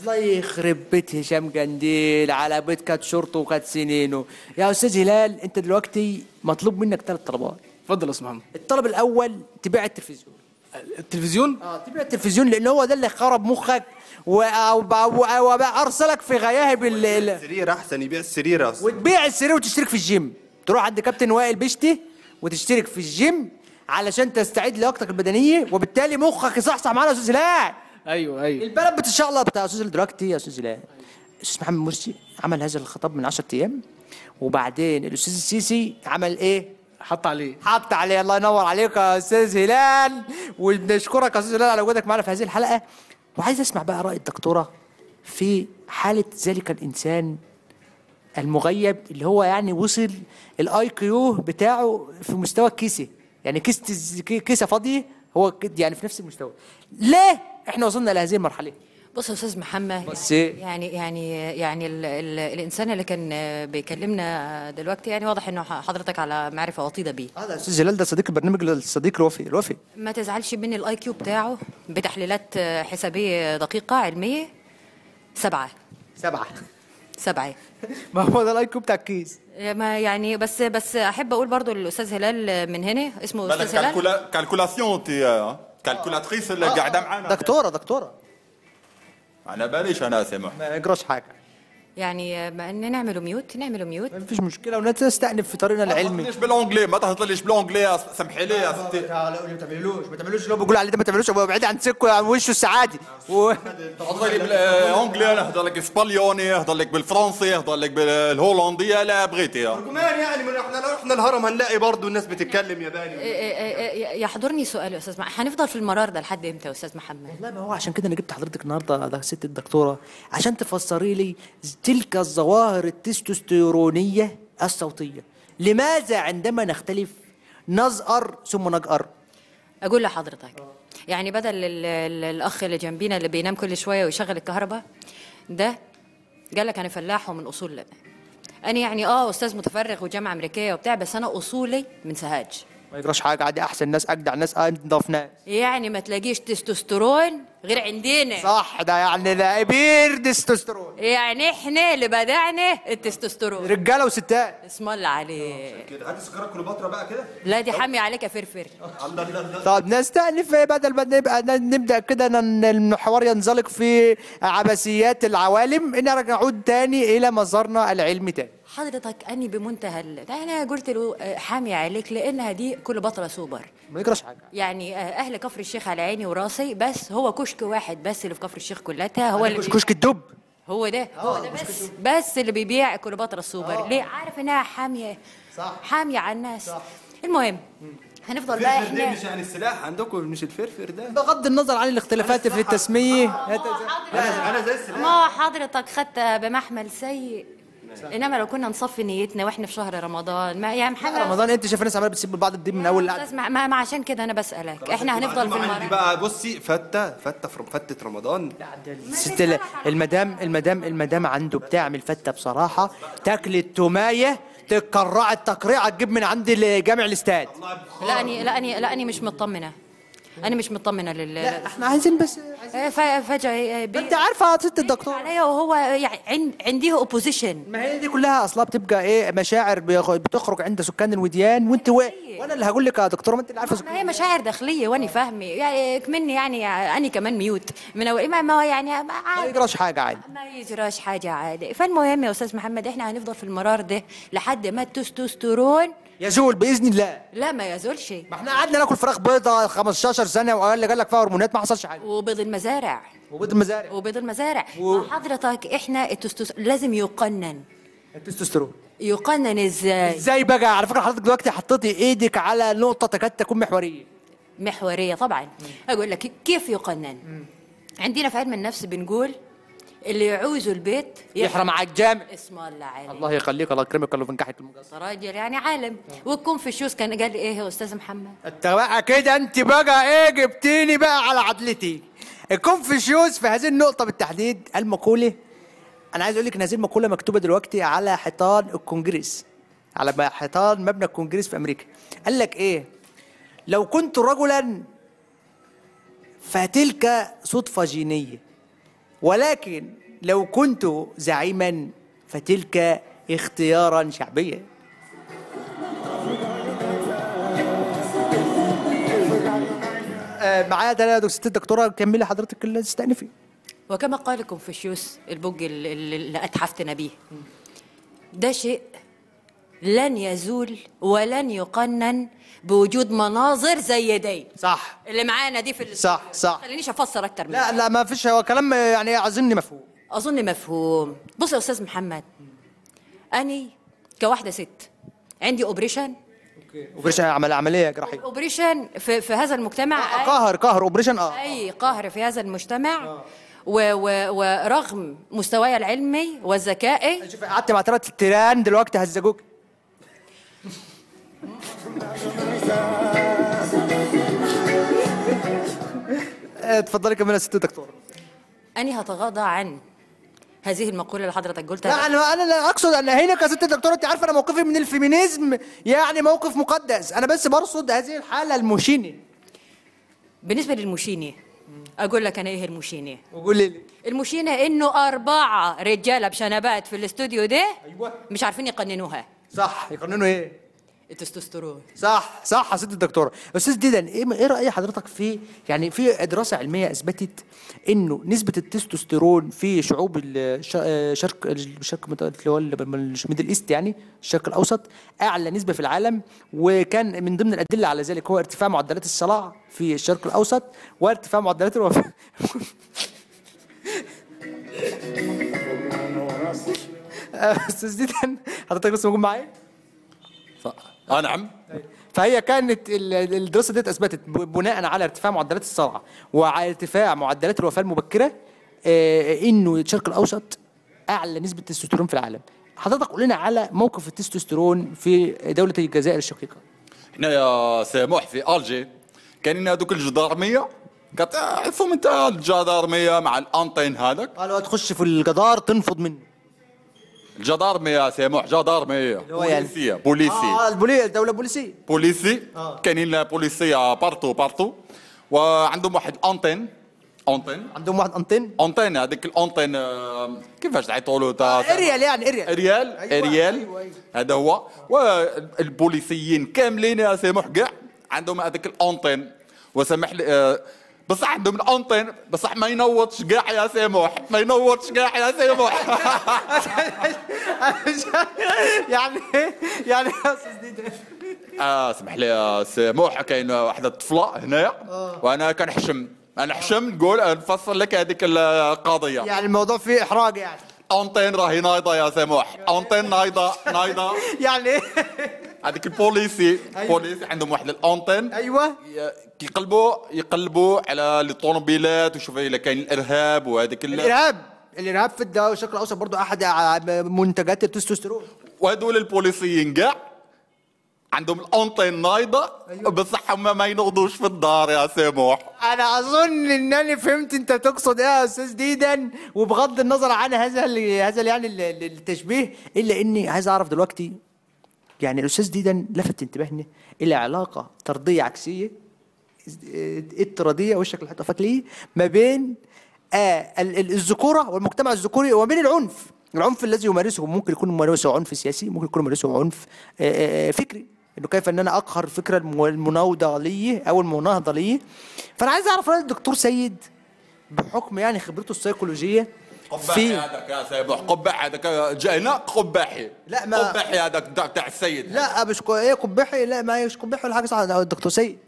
الله يخرب بيت هشام قنديل على بيت كانت شرطه وكانت سنينه يا استاذ هلال انت دلوقتي مطلوب منك ثلاث طلبات اتفضل يا استاذ محمد الطلب الاول تبيع التلفزيون التلفزيون اه تبيع التلفزيون لان هو ده اللي خرب مخك و- وبع- وبع- وارسلك في غياهب ال- ال- سرير احسن يبيع السرير يا أستاذ. وتبيع السرير وتشترك في الجيم تروح عند كابتن وائل بشتي وتشترك في الجيم علشان تستعيد لياقتك البدنيه وبالتالي مخك يصحصح معانا يا استاذ هلال ايوه ايوه البلد بتتشقلب بتاع استاذ دلوقتي يا استاذ هلال الاستاذ محمد مرسي عمل هذا الخطاب من 10 ايام وبعدين الاستاذ السيسي عمل ايه؟ حط عليه حط عليه الله ينور عليك يا استاذ هلال وبنشكرك يا استاذ هلال على وجودك معنا في هذه الحلقه وعايز اسمع بقى راي الدكتوره في حاله ذلك الانسان المغيب اللي هو يعني وصل الاي كيو بتاعه في مستوى الكيسه يعني كيسه الز- كي- كيسه فاضيه هو كد- يعني في نفس المستوى ليه احنا وصلنا لهذه المرحله بص يا استاذ محمد بس إيه؟ يعني يعني يعني ال ال الانسان اللي كان بيكلمنا دلوقتي يعني واضح انه حضرتك على معرفه وطيده بيه هذا استاذ هلال ده صديق البرنامج الصديق الوفي الوفي ما تزعلش من الاي كيو بتاعه بتحليلات حسابيه دقيقه علميه سبعه سبعه سبعه ما هو ده الاي كيو بتاع الكيس ما يعني بس بس احب اقول برضو الاستاذ هلال من هنا اسمه استاذ هلال كالكولاسيون تي آه، كالكولاتريس اللي قاعده معانا دكتوره دكتوره على باليش انا يا سيمو ما يجراش حاجه يعني ما إن نعمله ميوت نعمله ميوت آه، ما فيش مشكله ونستأنف في طريقنا ما العلمي تهطليش بالانجلي ما تهطليش بالانجلي سامحي لي يا ستي تعالوا ما تعملوش ما تعملوش اللي هو بيقول عليه ده ما تعملوش هو بعيد عن سكه عن وشه السعادي و... هضر لي بالانجلي انا هضر لك اسبانيوني هضر لك بالفرنسي هضر لك بالهولنديه لا بغيتي يا. كمان يعني من احنا لو رحنا الهرم هنلاقي برضو الناس بتتكلم ياباني إيه- إيه- إيه- يحضرني سؤال يا استاذ محمد هنفضل في المرار ده لحد امتى يا استاذ محمد والله ما هو عشان كده انا جبت حضرتك النهارده ده ست الدكتوره عشان تفسري لي تلك الظواهر التستوستيرونيه الصوتيه لماذا عندما نختلف نزأر ثم نجأر اقول لحضرتك يعني بدل ال- ال- الاخ اللي جنبينا اللي بينام كل شويه ويشغل الكهرباء ده قال لك انا فلاح ومن اصول لا انا يعني اه استاذ متفرغ وجامعه امريكيه وبتاع بس انا اصولي من سهاج ما يجراش حاجه عادي احسن ناس اجدع ناس انضف ناس يعني ما تلاقيش تستوستيرون غير عندنا صح ده يعني ده كبير تستوستيرون يعني احنا اللي بدانا التستوستيرون رجاله وستات اسم الله عليك اه، كده هات سكرك كليوباترا بقى كده لا دي حامي عليك يا فرفر طب نستأنف إيه بدل ما نبقى نبدا كده ن- الحوار ينزلق في عبثيات العوالم ان نعود تاني الى مسارنا العلمي تاني حضرتك اني بمنتهى ال- ده انا قلت له آه، حامي عليك لانها دي كل بطله سوبر ما يجراش حاجه يعني آه، اهل كفر الشيخ على عيني وراسي بس هو كشك واحد بس اللي في كفر الشيخ كلها هو اللي مش كشك الدب هو ده اه، هو ده بس بس اللي بيبيع كليوباترا السوبر ليه عارف انها حاميه صح حاميه على الناس صح المهم هنفضل بقى الفرفر ده احنا مش يعني السلاح عندكم مش الفرفر ده بغض النظر عن الاختلافات في التسميه انا انا زي السلاح ما حضرتك خدت بمحمل سيء نعم. انما لو كنا نصفي نيتنا واحنا في شهر رمضان ما يعني يا محمد رمضان انت شايف الناس عماله بتسيب بعض الدين من اول القعده أستاذ، ما, ما, ما عشان كده انا بسالك احنا هنفضل في عندي المرة بقى بصي فته فته في فتة رمضان الست لا- المدام المدام المدام عنده بتعمل فته بصراحه تاكل التومايه تكرع التقريعه تجيب من عند ال- جامع الاستاد لاني لاني لاني مش مطمنه انا مش مطمنه لل لا احنا عايزين بس آه، ف- فجاه آه، بي- انت عارفه يا ست الدكتور عليا وهو يعني عن- عنديه اوبوزيشن ما هي دي كلها اصلا بتبقى ايه مشاعر بيخ- بتخرج عند سكان الوديان وانت و... وانا اللي هقول لك يا دكتور ما انت اللي عارفه سكان ما هي مشاعر داخليه واني فاهمه يعني كمني يعني اني كمان ميوت من اول ما- ما يعني ما ما عادي. يجراش حاجه عادي ما يجراش حاجه عادي فالمهم يا استاذ محمد احنا هنفضل في المرار ده لحد ما التستوستيرون يزول باذن الله لا ما يزولش ما احنا قعدنا ناكل فراخ بيضه 15 سنه واقل جالك فيها هرمونات ما حصلش حاجه وبيض المزارع وبيض المزارع وبيض المزارع و- حضرتك احنا التستوس... لازم يقنن التستوستيرون يقنن ازاي ازاي بقى على فكره حضرتك دلوقتي حطيتي ايدك على نقطه تكاد تكون محوريه محوريه طبعا اقول لك كيف يقنن عندنا في علم النفس بنقول اللي يعوزوا البيت يحرم على الجامع اسم الله عليه الله يخليك الله يكرمك الله ينجحك المجاز راجل يعني عالم والكون في الشوز كان قال ايه يا استاذ محمد انت بقى كده انت بقى ايه جبتيني بقى على عدلتي الكونفوشيوس في هذه النقطة بالتحديد المقولة أنا عايز أقول لك إن هذه المقولة مكتوبة دلوقتي على حيطان الكونجرس على ب- حيطان مبنى الكونجرس في أمريكا قال لك إيه لو كنت رجلا فتلك صدفة جينية ولكن لو كنت زعيما فتلك اختيارا شعبيا آه، معايا ده يا ست الدكتوره كملي حضرتك اللي تستأنفي وكما قال كونفوشيوس البج ال- ال- اللي اتحفتنا بيه ده شيء لن يزول ولن يقنن بوجود مناظر زي دي صح اللي معانا دي في صح، صح. خلينيش افسر اكتر من لا لا ما فيش هو كلام يعني اظن مفهوم اظن مفهوم بص يا استاذ محمد اني كواحده ست عندي اوبريشن اوبريشن عمل عمليه جراحيه اوبريشن في, في هذا المجتمع أي- قهر قهر اوبريشن اه اي قهر في هذا آه. المجتمع و- و- ورغم مستواي العلمي وذكائي شوف قعدت مع ثلاث تيران دلوقتي هزجوك آه، اتفضلي كملي يا ست الدكتوره اني هتغاضى عن هذه المقوله اللي حضرتك لا قلتها انا انا لا اقصد ان هنا يا ست دكتوره انت عارفه انا موقفي من الفيمينيزم يعني موقف مقدس انا بس برصد هذه الحاله المشينه بالنسبه للمشيني اقول لك انا ايه المشيني وقولي لي المشينه انه اربعه رجاله بشنبات في الاستوديو ده أيوة. مش عارفين يقننوها صح يقننوا ايه التستوستيرون صح صح يا ست الدكتوره استاذ ديدن ايه ايه راي حضرتك في يعني في دراسه علميه اثبتت انه نسبه التستوستيرون في شعوب الش- آه، شرق الشرق المت- اللي هو الميدل ايست يعني الشرق الاوسط اعلى نسبه في العالم وكان من ضمن الادله على ذلك هو ارتفاع معدلات الصلاع في الشرق الاوسط وارتفاع معدلات الوفاه آه، استاذ ديدن حضرتك لسه موجود معايا ف- اه نعم فهي كانت ال- ال- الدراسه ديت اثبتت ب- بناء على ارتفاع معدلات الصرع وعلى ارتفاع معدلات الوفاه المبكره آه، انه الشرق الاوسط اعلى نسبه تستوستيرون في العالم حضرتك قول لنا على موقف التستوستيرون في دولة الجزائر الشقيقة هنا يا سامح في الجي كاينين هذوك الجدارميه كانت عرفهم انت الجدارميه مع الانطين هذاك قالوا تخش في الجدار تنفض منه جدارميه يا سامح جدارميه هو يعني- بوليسيه بوليسي اه البولية دولة بوليسية بوليسي كاينين بوليسيه بارتو بارتو وعندهم واحد انتين انتين عندهم واحد انتن انتين هذيك الانتين آه، كيفاش تعيطوا له تا- اريال يعني اريال ريال ريال هذا هو والبوليسيين كاملين يا سامح كاع عندهم هذاك الانتين وسامح لي آه، بصح عندهم الانتين بصح ما ينوضش كاع يا سامح ما ينوضش كاع يا سامح يعني يعني يا أستاذ ديدي. آه اسمح لي يا سامح كاين واحد الطفله هنايا وانا كنحشم انا حشم نقول نفصل لك هذيك القضيه يعني الموضوع فيه احراج يعني اونتين راهي نايضه يا سامح اونتين نايضه نايضه يعني إيه؟ هذيك البوليسي البوليسي عندهم واحد الانتين ايوه ي- يقلبوا يقلبوا على الطوموبيلات وشوف الا كاين الارهاب وهذيك ال... الارهاب الارهاب في الدول الشرق الاوسط برضو احد منتجات التستوستيرون وهذول البوليسيين كاع عندهم الانطين نايضه بصح هما ما ينوضوش في الدار يا سامح انا اظن انني فهمت انت تقصد ايه يا استاذ ديدن وبغض النظر عن هذا ال- هذا ال- يعني ال- ال- التشبيه الا اني عايز اعرف دلوقتي يعني الاستاذ ديدن لفت انتباهنا الى علاقه طرديه عكسيه اه، اضطراديه وشك الحيطه فاكليه ما بين آه ال- ال- الذكوره والمجتمع الذكوري وما بين العنف العنف الذي يمارسه ممكن يكون ممارسه عنف سياسي ممكن يكون ممارسه عنف آه، آه، آه، فكري انه كيف ان انا اقهر الفكره الم- المناوضه لي او المناهضه لي فانا عايز اعرف راي الدكتور سيد بحكم يعني خبرته السيكولوجيه قباحي يعني. هذاك يا سامح قباح هذاك جا هنا قباحي لا، ما- قباحي هذاك تاع تاع السيد لا مش ق- ايه قبحي لا ما هيش قبحي ولا حاجه صح ده الدكتور سيد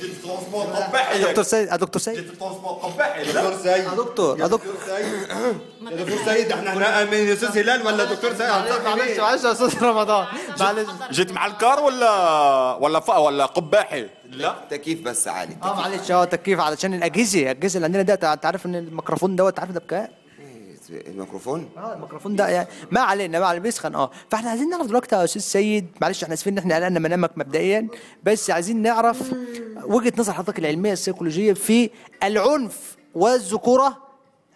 جيت ترانسبور قباحي الدكتور سيد الدكتور سيد ترانسبور قباحي دكتور سيد يا دكتور يا دكتور يا دكتور سيد احنا هنا من استاذ هلال ولا دكتور سيد معلش معلش يا استاذ رمضان معلش جيت مع الكار ولا ولا ف... ولا قباحي لا تكييف بس عالي اه معلش اه تكييف علشان الاجهزه الاجهزه اللي عندنا ده انت عارف ان الميكروفون دوت عارف ده بكام طيب، الميكروفون اه الميكروفون ده يعني ما علينا ما علينا بيسخن اه فاحنا عايزين نعرف دلوقتي يا استاذ سيد معلش احنا اسفين ان احنا قلقنا منامك مبدئيا بس عايزين نعرف وجهه نظر حضرتك العلميه السيكولوجيه في العنف والذكوره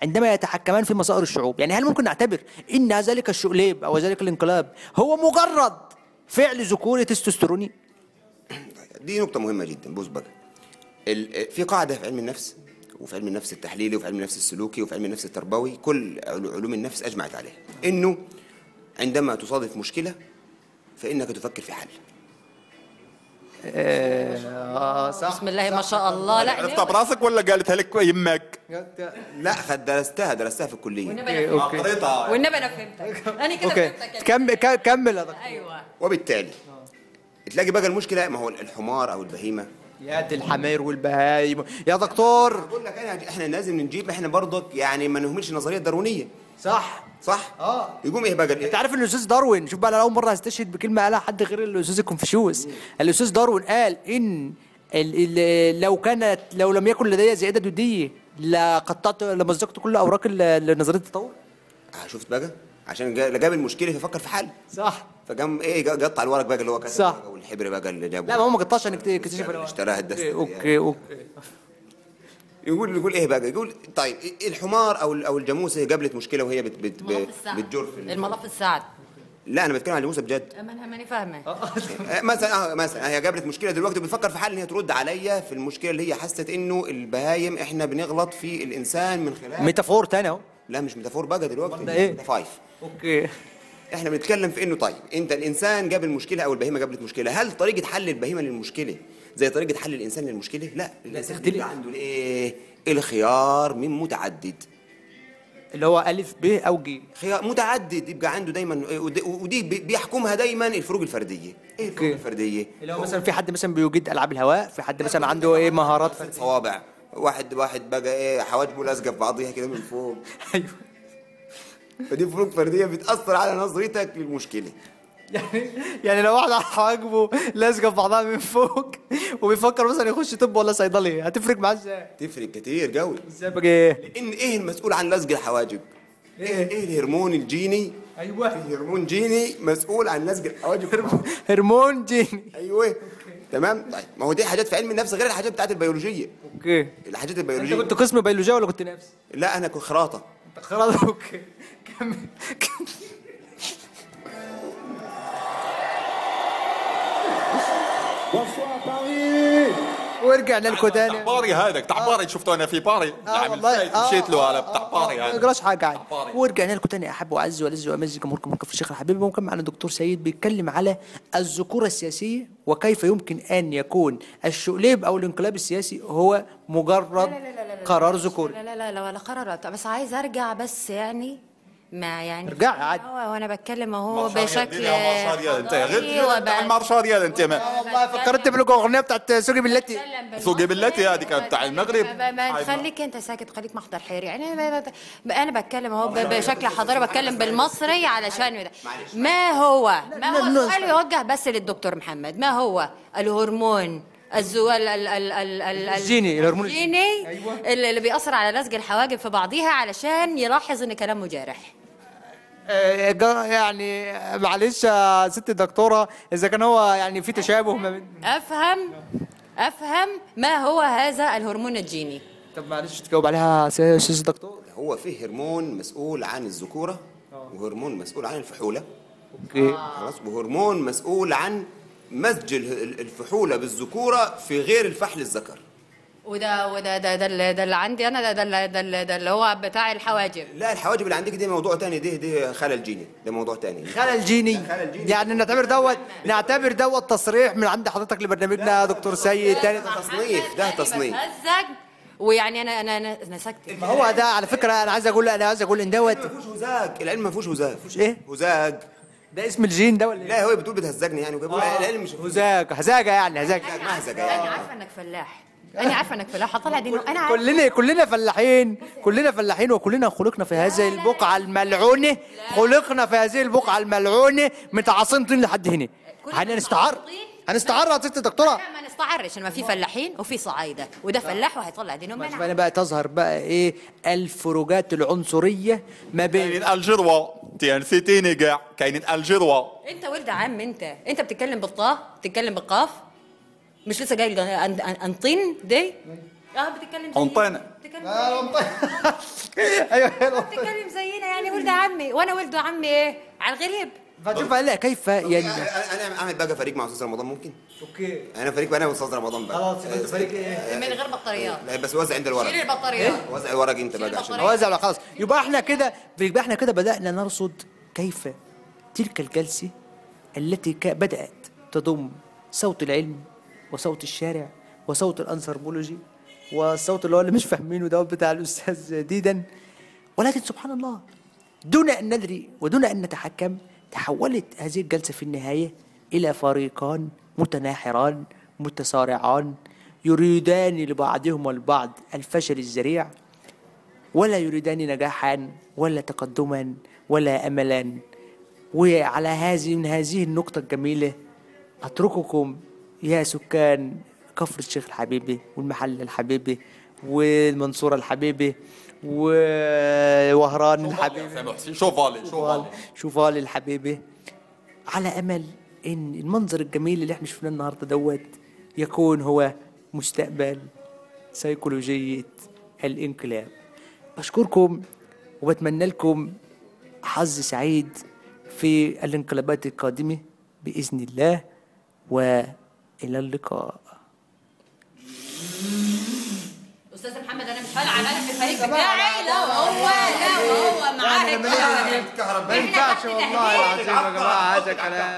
عندما يتحكمان في مصائر الشعوب يعني هل ممكن نعتبر ان ذلك الشقلب او ذلك الانقلاب هو مجرد فعل ذكوري تستوستيروني دي نقطة مهمة جدا بص بقى ال- في قاعدة في علم النفس وفي علم النفس التحليلي وفي علم النفس السلوكي وفي علم النفس التربوي كل عل- علوم النفس أجمعت عليها إنه عندما تصادف مشكلة فإنك تفكر في حل بسم الله ما شاء الله لا عرفتها براسك ولا قالتها لك يماك لا خد درستها درستها في الكلية والنبي أنا اوكي فهمتك. والنبي انا فهمتك انا كده اوكي فهمتك يعني. كمل كمل يا دكتور ايوه وبالتالي تلاقي بقى المشكلة ما هو الحمار أو البهيمة يا دي الحماير والبهايم يا دكتور بقول لك أنا إحنا لازم نجيب إحنا برضك يعني ما نهملش النظرية الداروينية صح صح؟ آه. يقوم إيه بقى انت عارف ان الاستاذ داروين شوف بقى انا اول مره هستشهد بكلمه قالها حد غير الاستاذ كونفوشيوس الاستاذ داروين قال ان ال ال لو كانت لو لم يكن لدي زائده دوديه لقطعت لمزقت كل اوراق ال- نظريه التطور آه، شفت بقى عشان جا- جاب المشكلة ففكر في حل صح فقام ايه جا- قطع الورق بقى اللي هو كان صح. والحبر بقى اللي جابه لا ما هو ما قطعش عشان اكتشف اللي الأوراق. اشتراها إيه، الدستة دي يعني. اوكي اوكي يقول يقول ايه بقى يقول طيب إيه الحمار او ال- او الجاموسه هي قابلت مشكله وهي بت بت الملف بت السعد بتجر في ال- الملف السعد لا انا بتكلم عن الجاموسه بجد اما انا ماني فاهمه آه، مثلا آه، مثلا هي قابلت مشكله دلوقتي بتفكر في حل ان هي ترد عليا في المشكله اللي هي حست انه البهايم احنا بنغلط في الانسان من خلال ميتافور تاني اهو لا مش ميتافور بقى دلوقتي ده إيه؟ ده فايف اوكي احنا بنتكلم في انه طيب انت الانسان قابل مشكله او البهيمه قابلت مشكله هل طريقه حل البهيمه للمشكله زي طريقه حل الانسان للمشكله لا الانسان تختلف. بيبقى عنده الايه الخيار من متعدد اللي هو الف ب او جي خيار متعدد يبقى عنده دايما إيه، ودي- ودي بي- بيحكمها دايما الفروق الفرديه ايه الفروق أوكي. الفرديه اللي هو مثلا في حد مثلا بيوجد العاب الهواء في حد مثلا عنده ايه مهارات في صوابع واحد واحد بقى ايه حواجبه لازقه في بعضيها كده من فوق ايوه فدي فروق فرديه بتاثر على نظرتك للمشكله يعني يعني لو واحد على حواجبه لازقه في بعضها من فوق وبيفكر مثلا يخش طب ولا صيدلي هتفرق معاه ازاي؟ تفرق كتير قوي إيه ازاي بقى ايه؟ ان ايه المسؤول عن لزق الحواجب؟ ايه ايه إيه، الهرمون الجيني ايوه في هرمون جيني مسؤول عن نسج الحواجب هرمون جيني ايوه تمام طيب ما هو دي حاجات في علم النفس غير الحاجات بتاعت البيولوجيه اوكي الحاجات انت البيولوجيه كنت قسم بيولوجيا ولا كنت نفس؟ لا انا كنت خراطه خلاص اوكي كمل كمل. Bonsoir Paris وارجع لكم بتاع تاني باري هذاك بتاع باري شفته انا في باري العام اللي والله. فات آه، مشيت له آه، على بتاع باري ما هذا يجراش حاجه عادي عباري. ورجعنا لكم تاني يا احب واعز والذ وامز جمهوركم من كفر الشيخ الحبيب وكان معنا دكتور سيد بيتكلم على الذكوره السياسيه وكيف يمكن ان يكون الشقلب او الانقلاب السياسي هو مجرد لا- لا- لا- لا- لا. قرار ذكوري لا لا لا لا ولا قرار بس عايز ارجع بس يعني ما يعني ارجعي عادي. هو- وانا بتكلم اهو مارشال بشكل يا مارشال آه، يا انت يا حضاري غير وب- بتاع المارشال يا انت ما أيوة، والله فكرت بالاغنيه بتاعت سوقي بالتي بتكلم بالمصري. سوق بلاتي هذه كانت بتاع المغرب. ما- ما- أيوة. ما خليك انت ساكت خليك محضر حيري يعني ما- ما- ما- انا بتكلم اهو ب- بشكل حضاري بتكلم بالمصري علشان ده ما هو ما لا، لا، هو سؤال يوجه بس للدكتور محمد ما هو الهرمون الزوال ال ال ال ال الجيني، الهرمون الجيني. الجيني أيوة. اللي اللي بيأثر على لزج الحواجب في بعضيها علشان يلاحظ ان كلامه جارح آه، جا- يعني معلش يا ست الدكتوره اذا كان هو يعني في تشابه ما بين افهم افهم ما هو هذا الهرمون الجيني طب معلش تجاوب عليها يا استاذ الدكتور هو في هرمون مسؤول عن الذكوره آه. وهرمون مسؤول عن الفحوله اوكي خلاص وهرمون مسؤول عن مزج ال- ال- الفحوله بالذكوره في غير الفحل الذكر وده وده ده ده اللي, ده اللي عندي انا ده ده اللي, ده اللي, ده اللي هو بتاع الحواجب لا الحواجب اللي عندك دي موضوع تاني دي دي خلل جيني ده موضوع تاني خلل جيني يعني نعتبر دوت نعتبر دوت تصريح من عند حضرتك لبرنامجنا يا دكتور سيد تاني ده تصنيف ده تصنيف بتمزج ويعني انا انا انا, أنا ساكت ما هو ده على فكره انا عايز اقول انا عايز اقول ان دوت ما فيهوش هزاج العلم ما فيهوش هزاج إيه؟ هزاج ده اسم الجين ده ولا ايه؟ لا هو بتقول بتهزجني يعني وكده. العلم مش هزاج هزاجه يعني هزاجه هزاج مهزجه انا يعني عارفه انك فلاح انا عارفه انك فلاح هطلع دي انا عارفه كلنا كلنا فلاحين كلنا فلاحين وكلنا خلقنا في هذه البقعه الملعونه خلقنا في هذه البقعه الملعونه متعاصين طين لحد هنا هنستعر هنستعر يا ست الدكتوره لا، ما نستعرش ان ما في فلاحين وفي صعايده وده فلاح وهيطلع دينهم شوف انا هنا بقى تظهر بقى ايه الفروقات العنصريه ما بين كاينين الجروا انت نسيتيني كاع كاينين الجروا انت ولد عم انت انت بتتكلم بالطاء بتتكلم بالقاف مش لسه جاي الج- أن- أن- انطين دي اه بتتكلم زينا. أنطينة. بتتكلم زينا. ايوه بتتكلم زينا يعني ولد عمي وانا ولد عمي ايه على الغريب فشوف لا كيف يعني- ين... انا أنا اعمل بقى فريق مع استاذ رمضان ممكن اوكي انا فريق بقى انا واستاذ رمضان بقى خلاص يبقى انت فريق ايه؟ من غير بطاريات لا بس وزع انت شيل الورق البطاريات وزع الورق انت بقى عشان وزع ولا خلاص يبقى احنا كده يبقى احنا كده بدأنا نرصد كيف تلك الجلسة التي ك- بدأت تضم صوت العلم وصوت الشارع وصوت الأنثروبولوجي والصوت اللي هو اللي مش فاهمينه ده بتاع الأستاذ ديدن ولكن سبحان الله دون أن ندري ودون أن نتحكم تحولت هذه الجلسة في النهاية إلى فريقان متناحران متصارعان يريدان لبعضهما البعض الفشل الذريع ولا يريدان نجاحا ولا تقدما ولا املا وعلى هذه من هذه النقطة الجميلة أترككم يا سكان كفر الشيخ الحبيبي والمحل الحبيبي والمنصورة الحبيبي ووهران الحبيبي سامح حسين، شوفالي شوفالي شوفالي الحبيبي على امل ان المنظر الجميل اللي احنا شفناه النهارده دوت يكون هو مستقبل سيكولوجيه الانقلاب بشكركم وبتمنى لكم حظ سعيد في الانقلابات القادمه باذن الله والى اللقاء استاذ محمد انا مش هلعب انا في الفريق بتاعي لا هو لا هو معاه ما ينفعش والله العظيم يا جماعه هذا كلام